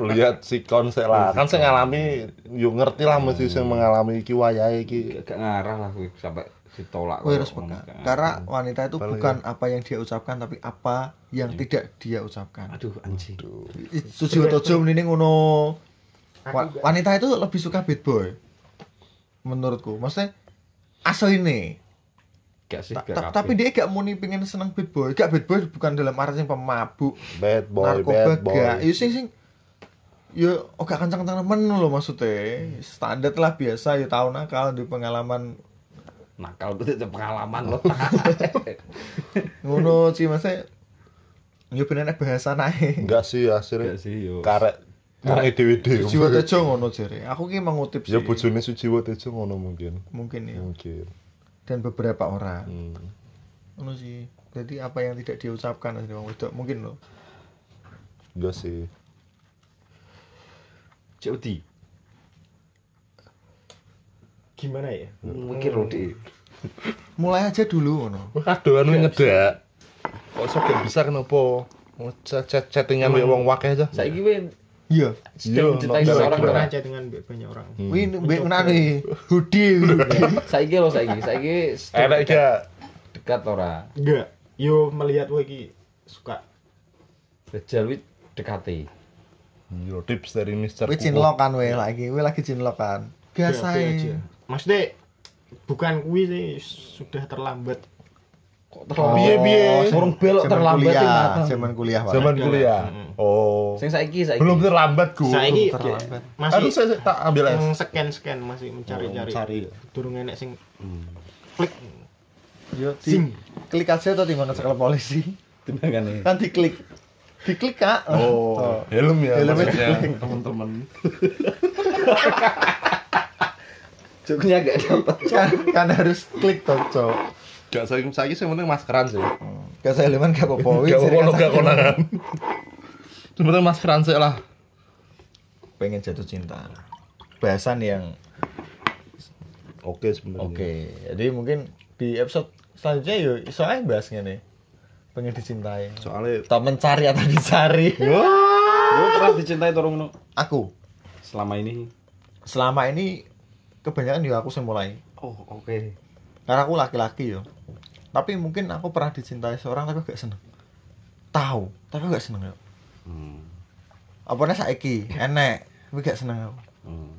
Lihat si konsep lah. Kan sing ngalami yo ngerti lah mesti sing Hmm. mengalami iki wayahe iki. Gak gak ngarah lah kowe sampai ditolak. Kowe kowe harus peka. Karena wanita itu ya. bukan apa yang dia ucapkan tapi apa Iya. yang tidak dia ucapkan. aduh anjing. Sujiwo Tojo mending ngono. Wa- wanita itu lebih suka bad boy. Menurutku, maksudnya asline. Gak sih Ta- gak ta- kabeh. Tapi dia gak muni pengen seneng bad boy. Gak bad boy bukan dalam arti yang pemabuk, Bad boy, narkoba bad gak. boy. Yo sing sing yo oh, gak kencang-kencang temen lho maksudnya. Standar lah biasa ya tahun nakal di pengalaman nakal gue itu pengalaman lo ngono sih maksudnya yo bener nek bahasa naik Enggak sih hasilnya Gak sih, yo. karek wong dhewe-dhewe. Jiwa Tejo ngono jere. Aku ki mengutip sih. gitu. Ya bojone Sujiwo Tejo ngono mungkin. mungkin ya. Mungkin. Dan beberapa orang. Hmm. Ngono sih. Jadi apa yang tidak diucapkan dari wong wedok mungkin loh. Enggak sih. Cuk di gimana ya mikir lo di Mulai aja dulu ngono. Wah, aduh anu nyedak. Kok iso gak bisa kenapa? Chat-chattingan wae wong wakeh aja. Eh, saya gue Iya. Yo, sedang mencintai nonton seorang lagi. orang aja dengan b- banyak orang Hmm. Wi mbek ngono hoodie. Iya. hoodie. saya gue lo saya gue saya gue Enak gak? dekat ora enggak yo melihat wah iki suka Dajjal wis dekati Yo tips dari Mr. Wi Kuku. cinlok kan we Iya. lagi. Wi lagi cinlok kan. Biasa Ya, be aja. aja. maksudnya bukan kuwi sih sudah terlambat kok terlambat Piye, piye? Burung belok Zaman terlambat kuliah, yang matang. zaman kuliah, Pak. Eh, Zaman kuliah. Oh. sing saiki saiki Belum terlambat ku. saya ini terlambat. masih Oh, Aduh, saya saya tak ambil es. Oh, scan scan masih mencari cari mencari. turun enek sing Hmm. klik Yo, di- Sing. klik aja tuh timbang cekel polisi. timbangane Kan diklik. Diklik Kak. Oh, helm ya. Helmnya maksudnya. teman-teman Joknya gak dapat Kan, kan harus klik toh, Cok. Gak saya saya sih penting maskeran sih. Gak saya leman gak apa-apa. Wi, Gak jadi kan apa-apa gak sakit. konangan. Sebenarnya maskeran sih lah. pengen jatuh cinta bahasan yang Oke sebenarnya. oke jadi mungkin di episode selanjutnya yuk soalnya bahasnya nih pengen dicintai Soalnya atau mencari atau dicari lu pernah dicintai turun ngono aku selama ini selama ini kebanyakan juga aku yang mulai oh oke karena aku laki-laki yo tapi mungkin aku pernah dicintai seorang tapi gak seneng tahu tapi gak seneng yo hmm. apa nih saiki enek tapi gak seneng aku hmm.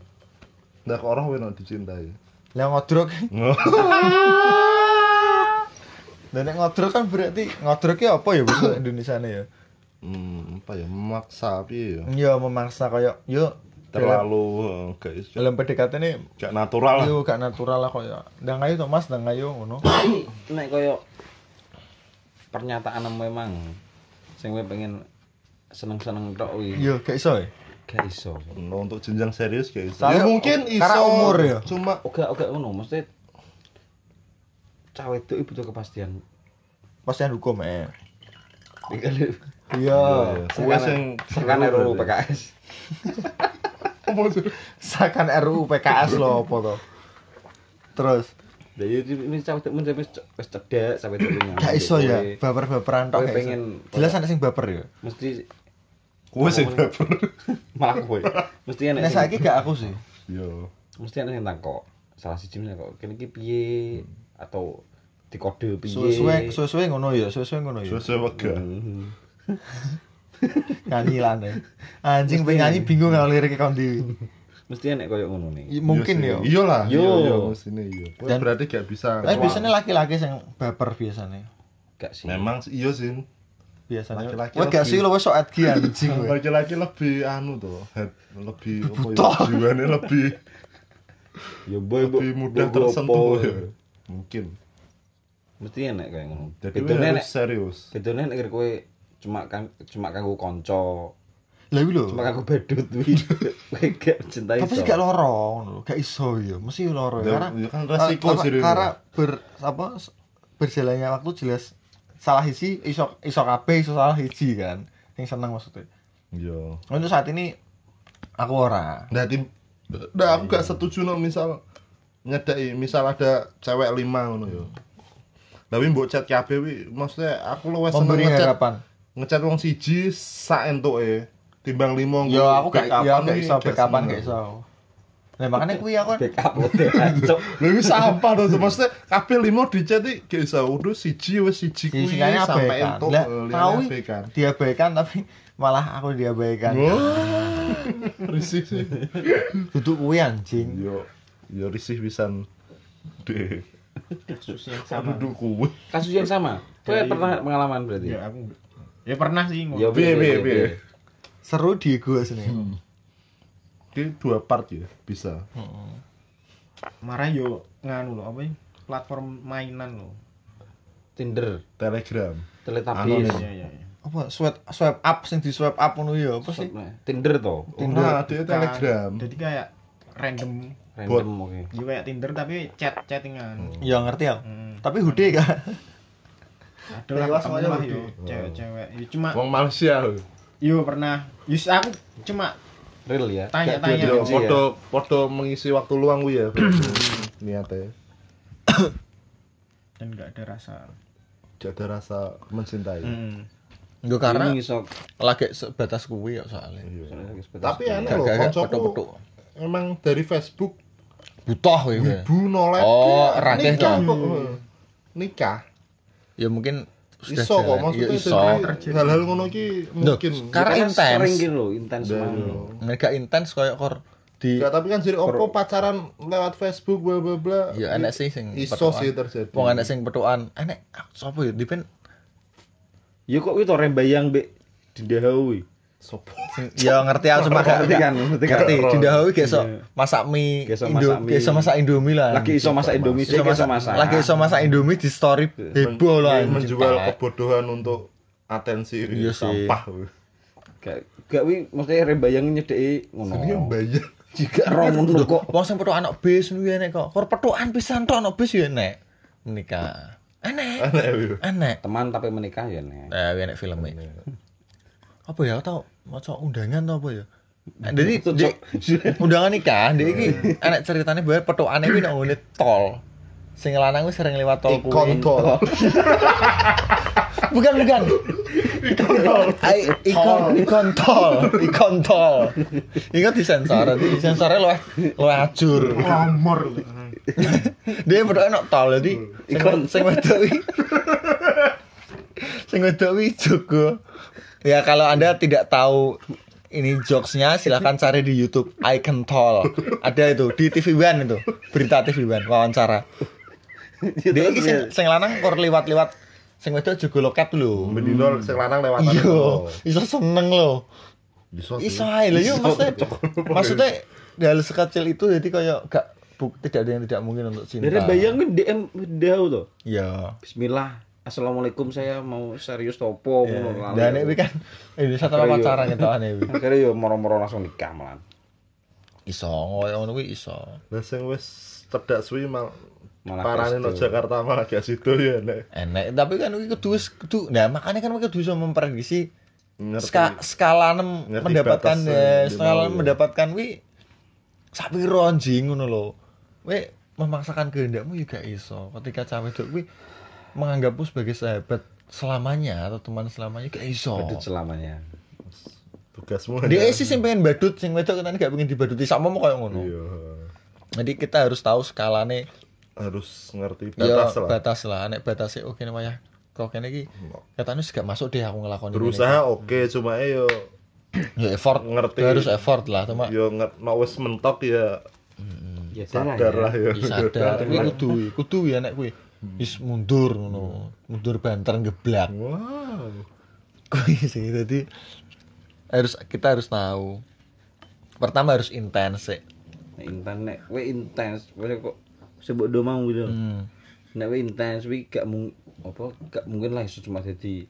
ndak orang wena dicintai. Lah kan, ngodrok. Oh. Dan nek ngodrok kan berarti ngodrok ki apa ya bahasa Indonesiane ya? hmm, apa ya memaksa piye ya Ya memaksa kayak yo terlalu eh, gak is- dalam PDKT ini gak natural lah yo gak natural lah kayak ndang ayo to Mas, ndang ayo ngono. nek koyo pernyataan memang sing kowe pengen seneng-seneng tok kuwi Yo gak iso ya. gak iso No, Nah, untuk jenjang serius gak iso Soalnya ya mungkin u- iso karena umur ya. cuma oga oga ngono mesti oh cah itu butuh kepastian Pasti hukum eh. tinggal Oh, Iya. gue sing sekarang RUU PKS Sakan RUU PKS loh apa to. Terus Jadi ini cah itu mesti wis cedak sampai itu punya. gak iso ya baper-baperan tok. gak Kowe iso. pengen jelas ana sing baper ya. mesti gue sing baper malah kowe. Mesti ana Nek sing- saiki gak aku sih. yo mesti ana sing takok. Salah siji mesti kok kene iki piye atau dikode Suwe-suwe piye. suwe-suwe ngono ya, suwe-suwe ngono ya. sesuai wega Hmm. nyanyi lah nih anjing pengen nyanyi bingung kalau liriknya kau Mesti ana koyo ngono nih. mungkin ya iya lah Yo. yo yo mestine yo Kowe Dan- Eh, berarti gak bisa tapi biasanya laki-laki yang baper biasanya Gak sih. memang sih, iya sih biasanya Laki-laki wah gak lebih. sih lo wes soat ki anjing weh. Nah, laki-laki lebih anu tuh head lebih apa ya Buta. jiwanya lebih Ya boy boy, lebih mudah boy, boy, tersentuh boy. ya mungkin Mesti ana koyo ngono. jadi we Bedone harus nek serius bedone nek kowe cuma kan cuma kanggo kanca, lah iya lho cuma kan kanggo badut kuwi. Kowe gak cinta tapi sih gak lorong lho gak iso ya mesti loro ya. Ya, karena ya kan resiko karena- sih, Rin. karena ber apa s- berjalannya waktu jelas salah isi iso iso kabeh iso salah hiji kan yang seneng maksudnya yo untuk saat ini aku ora Berarti Nah, aku gak setuju no misal nyedai misal ada cewek lima ngono yo. Tapi mbok chat kabeh wi maksudnya aku luwes seneng memberi ngechat harapan ngechat wong siji sak entuke timbang limo Yo aku gak ya aku gak iso backupan gak guys. iso. Lah makane kuwi aku kan backup modelan cok. Lha wis sampah to maksudnya kabeh limo dicet iki gak iso udah siji wis siji kuwi sisikannya sampe abaikan. entuk kan? Lah eh, tahu liyane abaikan. diabaikan tapi malah aku diabaikan. Wah, risih sih. Duduk kuwi anjing. Yo yo risih pisan. Deh, kasus yang sama duduk kuwi. Kasus yang sama. Kowe Iya, Kayak pernah pengalaman berarti. ya aku ya pernah sih Ya ngono iya, Piye, piye, piye. Seru di gua sini. Ini dua part ya, bisa. marah yo nganu loh apa ya platform mainan loh Tinder, Telegram. Teletubbies. Anonim. ya ya ya Apa swipe swipe up sing di swipe up ngono ya apa sih? Tinder Oh, toh. Tinder. Nah, dia Telegram. jadi kayak random Random oke. ya kayak Tinder tapi chat chattingan Ya ngerti ya. Hmm. Tapi hoodie kan. ada lah Tewas ketemu aja lah lagi. yo cewek-cewek Ya, cuma Wong Malaysia. yo pernah yus aku cuma Real Iya, ya. tanya-tanya Yo, Kunci ya. foto foto mengisi waktu luang gue ya. berarti. Niatnya. dan nggak ada rasa Gak ada rasa mencintai. hmm. Yo Karena karena iso eh, lagi sebatas kuwi ya soalnya. Iya. Tapi tapi aneh Gak- loh, gak- gak petuk-petuk. koncoku emang dari Facebook Butuh ya, kuwi. Bre. ibu nolak Iya. Oh, dia. rakeh nikah toh. kok. eh. Nikah. Ya mungkin sudah Iso kok jalan. maksudnya Ya, iso. jadi hal-hal ngono ki Loh, kan- mungkin. sekarang intens. sering gitu loh, intens banget. Iya. Mereka intens koyo kor di Gak, tapi kan jadi opo pacaran lewat Facebook bla bla bla. Ya enek sih sing iso petukan. sih terjadi. Wong enek sing petukan. Enek aku sapa ya dipen Ya kok itu rembayang mbek dindahawi. Sopo. sing- ya ngerti aku cuma gak Ngerti kan, ngerti kan? Ngerti. Dindahawi gak iso masak mie Gak Iya. iso Indo, masak mie. gak iso masak Indomie lah. Lagi iso masak Indomie, Iso sik iso masak. Iya. Lagi iso masak Indomie di story heboh lah anjing. Iya, menjual Pak. kebodohan untuk atensi Iya sih. sampah. weh. Gak gak wi mesti rembayang Ini nyedeki yang ngono. bayar. Jika ro ngono kok Wong sing petukan anak bis kuwi enek kok. Kor petukan pisan tok anak bis ya enek. Menikah. Enek. Aneh weh. Enek. teman tapi menikah ya nek. Nah, enek filmnya. Apa ya aku tau maca undangan atau apa ya? Nah, Jadi Itu, di- Cok. undangan nikah, dia iki enek ceritane bahwa petuane kuwi nang ngene tol. Sing lanang kuwi sering lewat tol kuwi. Ikon tol. Bukan bukan. Ikon tol. ikon ikon tol, ikon tol. Ingat disensor, nanti disensornya luwih luwih ajur. nomor Dia berdoa nak tol jadi Ikon. sing sing wedok wi. Sing wedok wi Joko. Ya kalau Anda tidak tahu ini jokesnya silahkan cari di YouTube Icon Tall ada itu di TV One itu berita TV One wawancara dia iya. ini sing, sing lanang kur liwat-liwat sing wedok juga loket lho Mendino sing lanang lewat iyo iso seneng lho Iso. sih. iso Iya. ae lho yo Iso. maksudnya maksudnya hal sekecil itu jadi kayak gak bu- tidak ada yang tidak mungkin untuk cinta Dari bayangin DM dia tuh. iya Bismillah. Assalamualaikum saya mau serius topo ngono Iya. lalu. dan ini kan Indonesia tanpa Akhirnya, pacaran iya. gitu aneh iki. akhirnya yo moro-moro langsung nikah malan. iso ngoyo ngono kuwi iso Lah sing wis cedak suwi mal Malah parane kestu. nang Jakarta malah gak sido ya nek. enek tapi kan iki kudu wis- kudu nah makanya kan kudu iso memprediksi Ngerti. ska, skala 6 Ngerti mendapatkan batas ya, yang dia skala mau, enam ya. mendapatkan wi sapi ronjing ngono lho. Wi memaksakan kehendakmu juga iso. Ketika cawe itu wi menganggapmu sebagai sahabat selamanya atau teman selamanya gak iso. Itu selamanya. tugasmu Dia hanya- sih sing pengen badut, sing wedok kan gak pengen dibaduti sama mau kayak ngono. Iya. Jadi kita harus tahu skalane Harus ngerti batas batas ya, lah. batas lah. Nek batasnya oke nih wayah kok kene iki katanya gak masuk deh aku ngelakoni Berusaha oke cuma eh yo ini. ya effort Ngerti. harus effort lah cuma yo nge- nek wis mentok ya Ya sadar lah yo. Oh. Ya sadar kuwi kudu kudu ya nek kuwi wis mundur ngono mundur banter geblak Wow. kuwi sih jadi harus kita harus tahu pertama harus intens sih Intan nek we intens, we kok sebut do mau gitu. Nek we intens we gak mung apa gak mungkin lah iso cuma jadi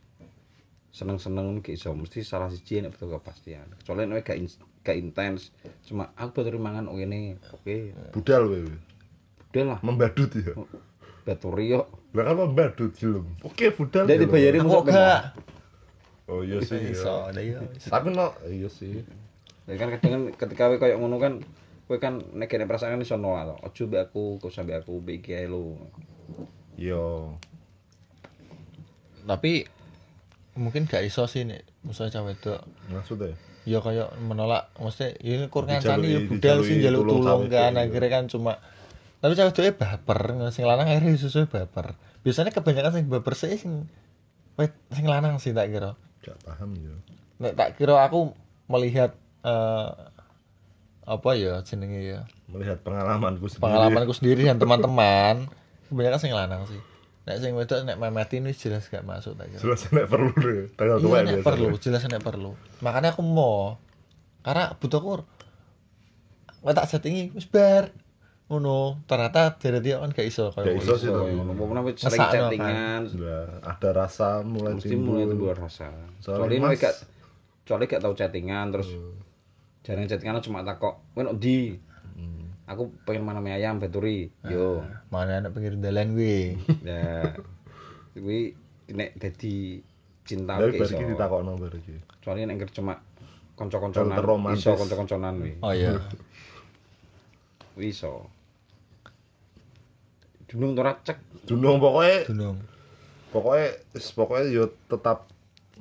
seneng-seneng gak iso mesti salah siji nek betul kepastian. Kecuali nek we gak in- gak intens cuma aku baru mangan oke nih oke Budal wewe. udah lah Membadut ya. baturi yo Lah kan membadut film. Oke budal. ya, Ndak lho. dibayari aku gak Oh iya sih. iya. iso ada ya Tapi no iya sih. Ya kan kadang kan ketika kowe koyo ngono kan kowe kan nek kene perasaan kan iso nolak to. Ojo mbek aku, kok sampe aku mbek iki ae lo. Yo. tapi mungkin gak iso sih nek musuh cah wedok Maksudnya ya kayak menolak mesti ya ini kurang ngancani Dijalui- ya budal sih dijalui jaluk tulung tulung sawit, kan iya. akhirnya kan cuma tapi cewek tuh baper sing lanang akhirnya susu baper biasanya kebanyakan sing baper sih sing wait, sing lanang sih tak kira gak paham ya. Nek tak kira aku melihat eh, apa ya jenenge ya Melihat pengalamanku sendiri. pengalamanku sendiri dan teman-teman kebanyakan sing lanang sih nek sing wedok nek memetin wis jelas gak masuk tak kira jelas nek perlu deh tanggal tua iya nek biasanya. perlu jelas nek perlu makanya aku mau karena butuh kur Wah tak settingi wis bar ngono ternyata dari dia kan gak iso Gak kayak iso sih tapi. Ngono apa sering Ngesakno, chattingan Lah, ada rasa mulai mesti mulai timbul rasa. Soalnya Soalnya kowe mas- Hmm. gak soalnya gak tau chattingan terus jarang chattingan cuma takok, "Kowe nok ndi?" Hmm. Aku pengen manam mie ayam baturi. Ah. Yo. mana anak pinggir dalan gue Ya. Kuwi nek dadi cinta Tapi kowe bari iso. iki ditakokno bari iki. Soalnya nek ngger cuma Kalau kanca-kancanan terromantis. iso kanca-kancanan kuwi. oh iya Kuwi iso. Dunung ora cek Dunung pokoknya dunung pokoknya pokoknya yo tetap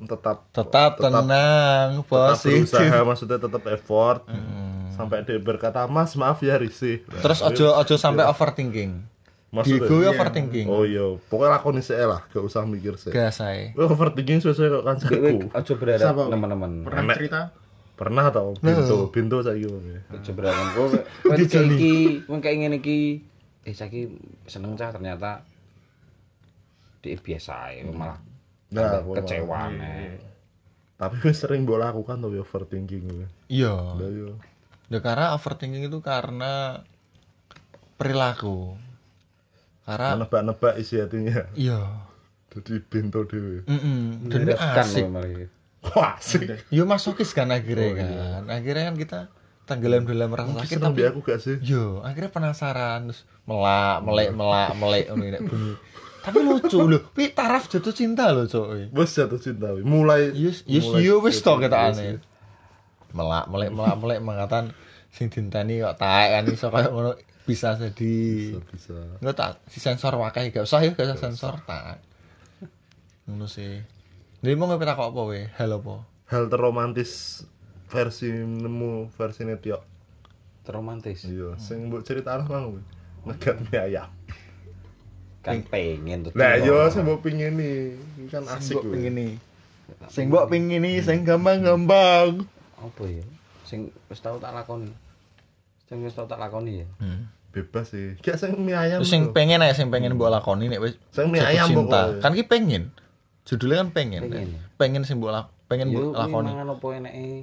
tetap tetap, tenang tetap positif berusaha maksudnya tetap effort sampai dia berkata mas maaf ya risih Nah, Terus tapi ojo ojo sampai overthinking. maksudnya- Diego ya overthinking. oh iya pokoknya lakoni sih lah gak usah mikir sih Gak saya. Gue overthinking sesuai kok kan Kowe kancaku aja berharap Sapa, Wi? teman-teman. Pernah Emek. cerita? pernah Nah. tau bintu bintu saya gitu Aja berharap kowe kowe kayak iki, kowe kayak ngene iki. Eh saiki seneng cah ternyata dia biasa Hmm. ae malah Nah, tambah kecewa neh. tapi gue sering gue lakukan tuh overthinking gue Iya. Lah, iya. Ya karena overthinking itu karena perilaku. Karena nebak-nebak isi hatinya iya. jadi bintu dewe Mm Dan ini Kan asik. kowe malah. wah asik Yo masokis kan akhirnya Oh, kan. Akhirnya kan kita tenggelam dalam rasa Mungkin sakit seneng tapi di iya. aku gak sih yo akhirnya penasaran terus melak melek melak melek ngono nek bunyi. Tapi lucu loh. Pi taraf jatuh cinta loh cowok. wes jatuh cinta weh. mulai Yes, yes, mulai yo wis to jatuh kita cinta, iya, aneh. Melak, melek, melak, melek mengatakan sing dinteni kok taek kan iso kayak ngono bisa jadi. wis. bisa Enggak tak si sensor wakai gak usah ya gak usah sensor tak. Ngono sih. Jadi mau ngepe takok apa we? Hal apa? hal terromantis versi nemu versi netiok Terromantis. iya sing mbok cerita mang weh. ngegat mie ayam Kan pengen tuh. nah yo sing mbok pingin nih Ini kan asik Sing mbok weh. pingin nih. Sing mbok pingin nih sing gampang-gampang. apa ya sing wis tau tak lakoni sing wis tau tak lakoni ya Bebas sih. Kayak sing mie ayam. Hmm. Terus sing bro. pengen ae sing pengen mbok lakoni nek wis Sing mie jatuh ayam cinta. pokoknya. Kan ki pengen. Judulnya kan pengen. Pengen. ya. Pengen sing mbok lak- pengen yo mbok kuwi lakoni. mangan apa eneke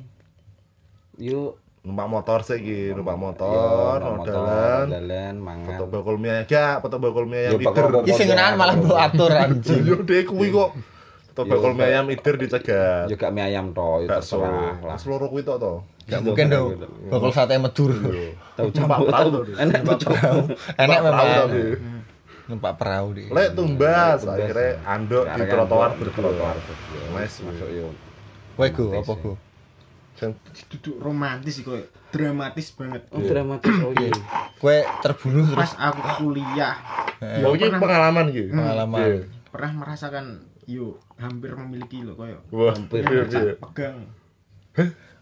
yo numpak motor sih iki, numpak motor, yo, no iya, motor, dalan. dalan Oh, mangan Foto bakul mie ayam, gak foto bakul mie ayam Yo, bakul ider. Ki sing ngenaan malah mbok atur anjing. Yo deh kuwi kok. Foto Yo, bakul mie gak- ayam ider dicegat. yo gak mie ayam to yo Bakso. terserah lah Seluruh kuwi tok to. Gak mungkin dong. Bakul sate medur. tau campur Empat tau tahun. enak tau campur Enak Tahu memang. tapi. Numpak perahu di. Lek tumbas Lek tumbas. akhirnya andok di Karena kan trotoar di berdua. Iya, trotoar berdua. Wes. masuk iya. yo Wae go apa go? duduk romantis sih kowe dramatis banget oh dramatis oh iya Kowe terbunuh terus pas aku kuliah Iya. Mau iki Oh, pernah- Hmm. pengalaman iki. Iya, pengalaman. pernah merasakan yo hampir memiliki lo koyo Wah, Hampir. iya, Yang iya. Oh. tak pegang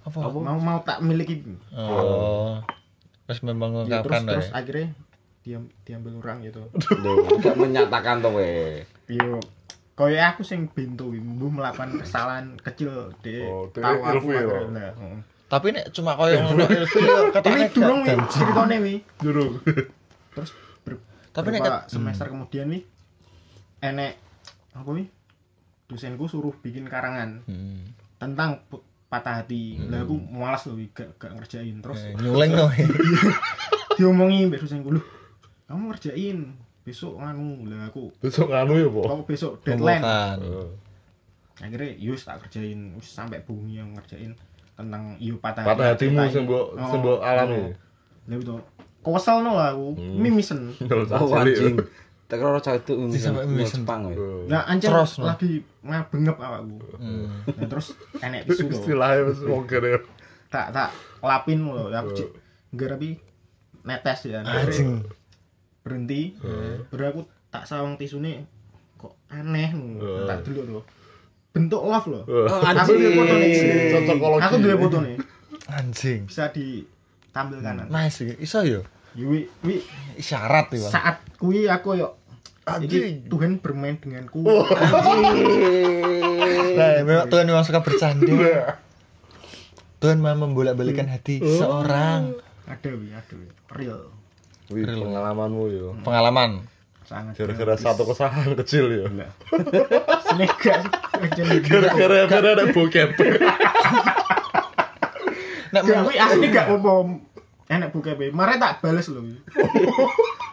Apa? mau mau tak miliki Oh. Terus memang Ya, terus mengungkapkan terus wae. akhirnya diam diambil orang gitu Loh, gak menyatakan to we yo koyo aku sing bintu iki, mbuh melakukan kesalahan kecil deh Oh, dek tahu aku ilmu ya, akhirnya, Pak. nah, heeh. Tapi nek cuma koyo ngono ilfil ini ketokne durung wi gak- ceritane wi durung terus ber, Tapi tapi nek kat- semester kemudian wi enek apa wi dosenku suruh bikin karangan Hmm. tentang pu- patah hati lah Hmm. aku malas loh wi, gak, gak ngerjain terus Eh, Nyuling to. wae. diomongi mbak dosenku lu kamu ngerjain besok nganu lah aku Besok nganu ya, Po. kamu besok deadline Pembukaan. akhirnya yus tak kerjain yus sampai bunyi yang ngerjain tentang iyo patah, Patah hatimu ceritain. sing mbok Oh, sing mbok alami. Hmm. oh. Lah itu kesel no aku, mimisen. oh anjing tak kira cah itu Di sampai mesen. Jepang Iya. we Nah anjir Terus, no. lagi ngabengep awakku. Hmm. Nah terus enek bisu to. Istilahnya wis wong kene. Tak tak lapin lho, aku Oh. cik ngerapi netes ya. Nah, Anjing. Berhenti. Oh. Baru aku tak sawang tisune kok aneh no. Tak delok lho. Bentuk love lho. Oh, Aku duwe fotone. Cocokologi. Aku duwe fotone. Anjing. Bisa ditampilkan. Hmm. Nice iki. iya, Iso yo. Yui, wi Isyarat iya. iki, Bang. saat kui aku yo Anjing. Oh. Iki Tuhan bermain denganku. Nah, memang Tuhan memang suka bercanda. Tuhan mau membolak-balikan hati seorang. Ada wi, ada wi. Real. Wih, pengalamanmu yo. Pengalaman. Sangat. Gara-gara Nah, satu kesalahan kecil ya. Senegal. Gara-gara gara ada bokep. Nek Gak ya. mau wi asli gak ngomong enak buka be. Mare tak bales lho. wi.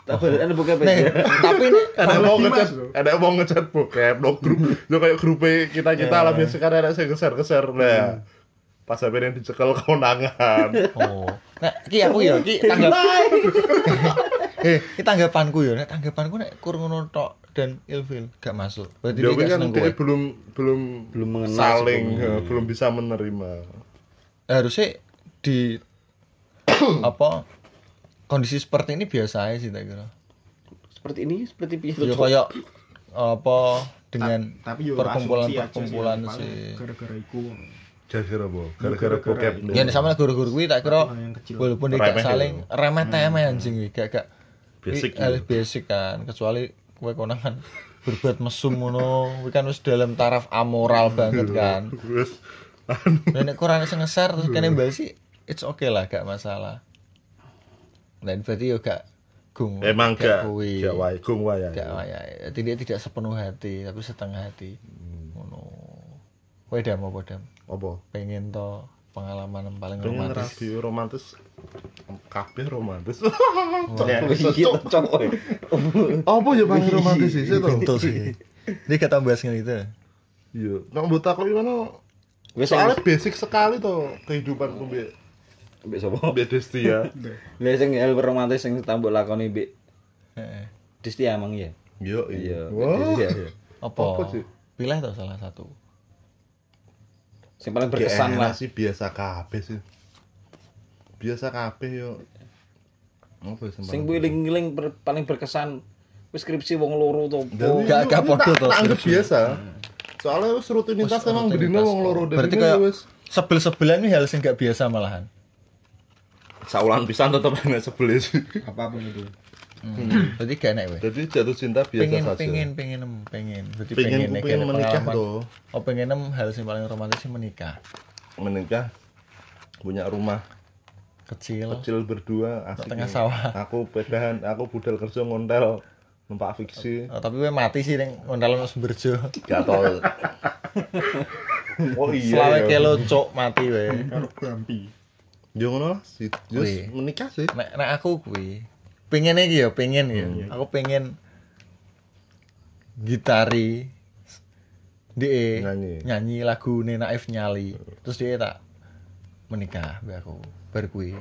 tapi ada bukan nih, beda tapi nih, Ada Kalau mau Dimas, ngechat, bro. ada mau ngechat bokep, no grup. Lo kayak grupnya kita-kita Nah. lah biasa kan ada yang geser-geser lah. Pas sampe yang dicekel konangan. oh. Nek ki aku ya, ki tanggap. Eh, ki tanggapanku ya, nek tanggapanku nek kur ngono tok dan ilfil gak masuk. Berarti Dia dia kan gak seneng dia kowe. belum belum Belum mengenal saling sebelumnya. eh, belum bisa menerima. Eh, Harusnya di apa kondisi seperti ini biasa aja sih tak kira. seperti ini seperti piye Ya kayak apa dengan Tapi yo asumsi aja perkumpulan-perkumpulan Paling sih. Gara-gara iku. Gara-gara apa? Gara-gara bokep. Ya ini sama lah guru-guru kuwi tak kira Hal yang kecil. Hmm. walaupun dia gak Remeh saling remeh temeh anjing kuwi gak gak Basic kuwi harus basic kan kecuali kowe konangan berbuat mesum ngono kuwi kan wis dalam taraf amoral Iya. banget kan. Terus anu Dan nek kurang sing ngeser terus kene mbal sih it's okay lah gak masalah. Dan berarti yo gak gung. emang gak kuwi. gak wae gung wae. Gak wayahe. Jadi dia tidak sepenuh hati tapi setengah hati. Ngono. Kowe dam apa dam? Apa? Pengen to pengalaman yang paling Pengen romantis. radio romantis kabeh romantis. Iya, cocok we. Apa ya paling romantis sih itu? Bentuk sih. Ini kata bahas ngene gitu. Iya, nek mbok takoni ngono Wis soalnya basic sekali to kehidupan mbek mbek sapa? mbek Desti ya. Lah sing hal romantis sing tambok lakoni mbek Heeh. Disti emang ya. Yo Iya, iya. mbek Disti ya. Wah. Apa? Apa sih? Pilih to salah satu. Sing paling Berkesan berkesan lah. sih biasa kabeh sih. Biasa kabeh yo. Apa ya sih? Sing kuwi ling-ling ber- paling berkesan wis skripsi wong loro to. Dan gak- ini- gak ini podo tak- to, tak anggap serius. biasa. Soalnya wis rutinitas emang bedine wong loro dan Berarti ini kayak wis sebel-sebelan ini hal sing gak biasa malahan. saulan pisan tetep enak sebel sih. Apapun itu. Hmm. Berarti gak enak kowe. Jadi jatuh cinta biasa pengen saja. pengen pengen em, pengen berarti Pengen, pengen, ku pengen kayak menikah pengalaman. loh. oh pengen em hal yang paling romantis sih menikah menikah punya rumah kecil, kecil berdua asik tengah nih. sawah. aku pedahan aku budal kerja ngontel numpak fiksi Oh, tapi gue mati sih ning ngondal ono Sumberjo. gak tau oh Selawe iya ya kelo cok mati we. Kalau Bambi. ya ngono lah sih Wih. Yus, menikah sih Hmm, iya. Nek nek aku kuwi pengen iki ya, pengen ya. Aku pengen gitari dia Nyanyi. Hmm. nyanyi lagu Nena F Nyali terus dia tak menikah mbak aku baru kui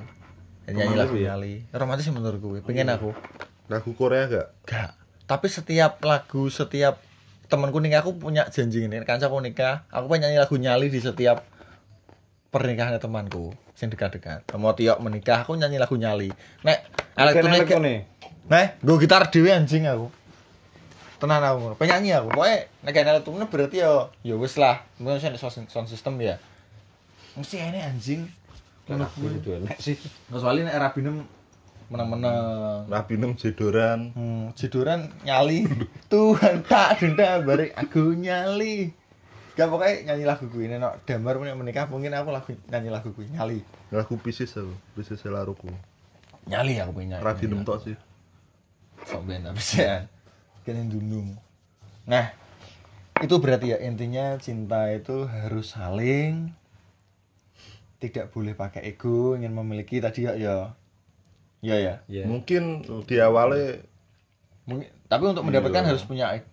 nyanyi lagu ya? Nyali romantis sih menurut gue Iya. pengen aku lagu Korea gak Gak. Tapi setiap lagu, setiap temanku nikah aku punya janji ini. Kancaku nikah, aku pengen nyanyi lagu nyali di setiap pernikahan temanku sing dekat-dekat. Mau tiok menikah aku nyanyi lagu nyali. Nek elektronik Elektronik nih. Nek gue gitar dhewe anjing aku. Tenan aku ngono. Penyanyi aku. Pokoke nek gak elektronik berarti ya ya wis lah. Mungkin sound, sound- sound system ya. Mesti ini anjing. Aku itu enak sih. Nah, soalnya nek Rabinem meneng-meneng. Rabinem Jedoran Hmm, jiduran nyali. Tuhan tak denda balik aku nyali. Gak pokoknya nyanyi lagu gue ini nok damar punya menikah mungkin aku lagu nyanyi lagu gue nyali. lagu Pisces aku Pisces Selaruku Nyali aku punya. Rabinem tok sih Sok ben habis ya. Kene dundung. Nah, itu berarti ya intinya cinta itu harus saling tidak boleh pakai ego ingin memiliki tadi ya ya ya ya Iya. mungkin diawali mungkin tapi untuk mendapatkan harus punya e-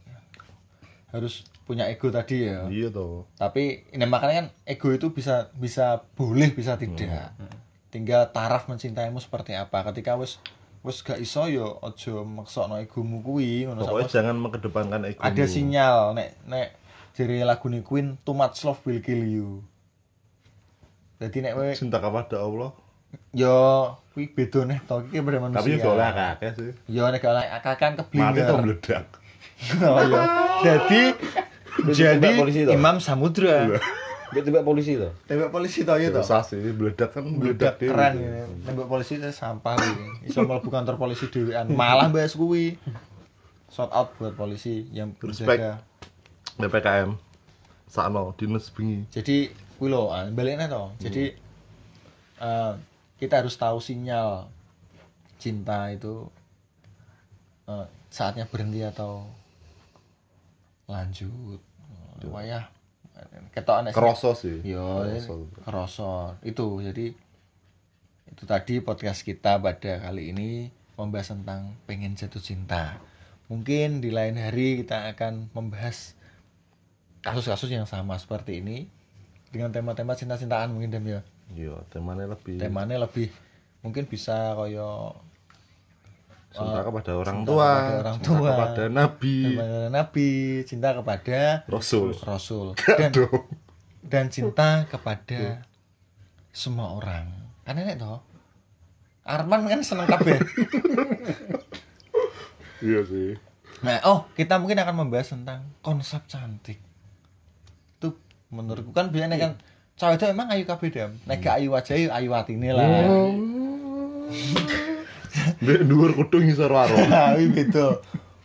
harus punya ego tadi ya iya toh tapi ini makanya kan ego itu bisa bisa boleh bisa tidak Hmm. tinggal taraf mencintaimu seperti apa ketika wis wis gak iso yo ojo maksokno egomu kuwi ngono pokoknya sapa- jangan mengedepankan ego ada sinyal nek nek dari lagu nih Queen too much love will kill you jadi nek we cinta kepada Allah yo kuwi beda nih to iki pada manusia tapi juga oleh kakek sih yo nek gak oleh akakan mati keblinger toh meledak oh, iya. jadi jadi ditembak polisi, toh? Imam Iya. Samudra Dia tiba polisi tuh. tembak polisi to yo Gak to usah sih meledak kan Iya meledak meledak dia keren gitu. ya. Nembak polisi itu sampah gitu. Iso mlebu kantor polisi dhewean. Malah bahas kuwi. Shout out buat polisi yang Respect. berjaga. PPKM Sakno dinas bengi Jadi kuwi lho, ah, baliknya to. Jadi eh, kita harus tahu sinyal cinta itu eh, saatnya berhenti atau lanjut. Wayah. Ketok anak Keroso sih Yo, Keroso. kerosot Iya, itu jadi itu tadi podcast kita pada kali ini membahas tentang pengen jatuh cinta. Mungkin di lain hari kita akan membahas kasus-kasus yang sama seperti ini dengan tema-tema cinta-cintaan mungkin Dem ya. Iya, temanya lebih Temanya lebih mungkin bisa koyo cinta kepada orang cinta tua, oh, kepada orang cinta tua. kepada nabi, cinta kepada nabi, cinta kepada Iya. rasul. rasul dan dan cinta kepada semua orang. Kan enek toh. Arman kan seneng kabeh. Iya sih. Nah, oh, kita mungkin akan membahas tentang konsep cantik. Itu menurutku kan biasanya Iya. kan cowok itu emang ayu kabeh dam. Nek gak ayu aja ya ayu ayu atine lah. Iya. Dek dhuwur kudu ngisor waro. Nah, kuwi beda.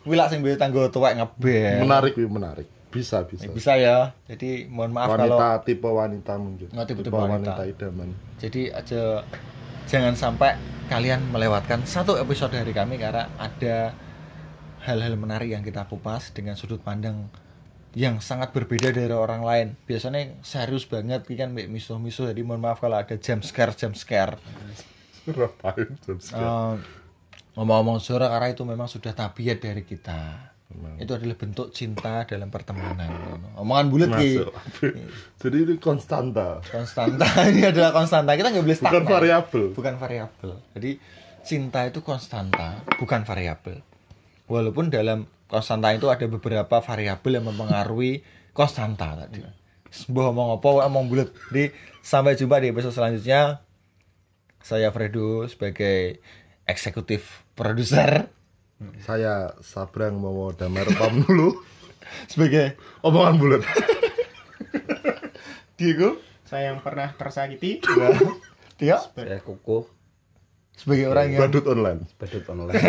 Kuwi lak sing mbek tanggo tuwek ngebel. Menarik wih, menarik. Bisa, bisa. Ya, bisa ya. Jadi mohon maaf kalau wanita tipe wanita mungkin. Oh, tipe-tipe wanita. idaman. Jadi aja jangan sampai kalian melewatkan satu episode dari kami karena ada hal-hal menarik yang kita kupas dengan sudut pandang yang sangat berbeda dari orang lain. Biasanya serius banget iki kan mbek misuh-misuh jadi mohon maaf kalau ada jump scare jump scare. Ngapain jam sekian? Eh, ngomong-ngomong suara karena itu memang sudah tabiat dari kita. Itu adalah bentuk cinta dalam pertemanan. Omongan bulat Ki. Masuk. Jadi ini konstanta, Konstanta ini adalah konstanta. Kita nggak boleh bukan stagnan. variabel. bukan variabel. Jadi cinta itu konstanta, bukan variabel. Walaupun dalam konstanta itu ada beberapa variabel yang mempengaruhi konstanta tadi. Sebuah omong apa, wae omong bulat. Jadi sampai jumpa di episode selanjutnya. Saya Fredo sebagai eksekutif produser, Saya Sabrang mau damar pam dulu. sebagai Omongan bulat. Diego, Saya yang pernah tersakiti. Tio, Ya koko sebagai orang yang Badut online. badut online.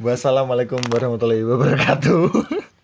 Wassalamualaikum warahmatullahi wabarakatuh.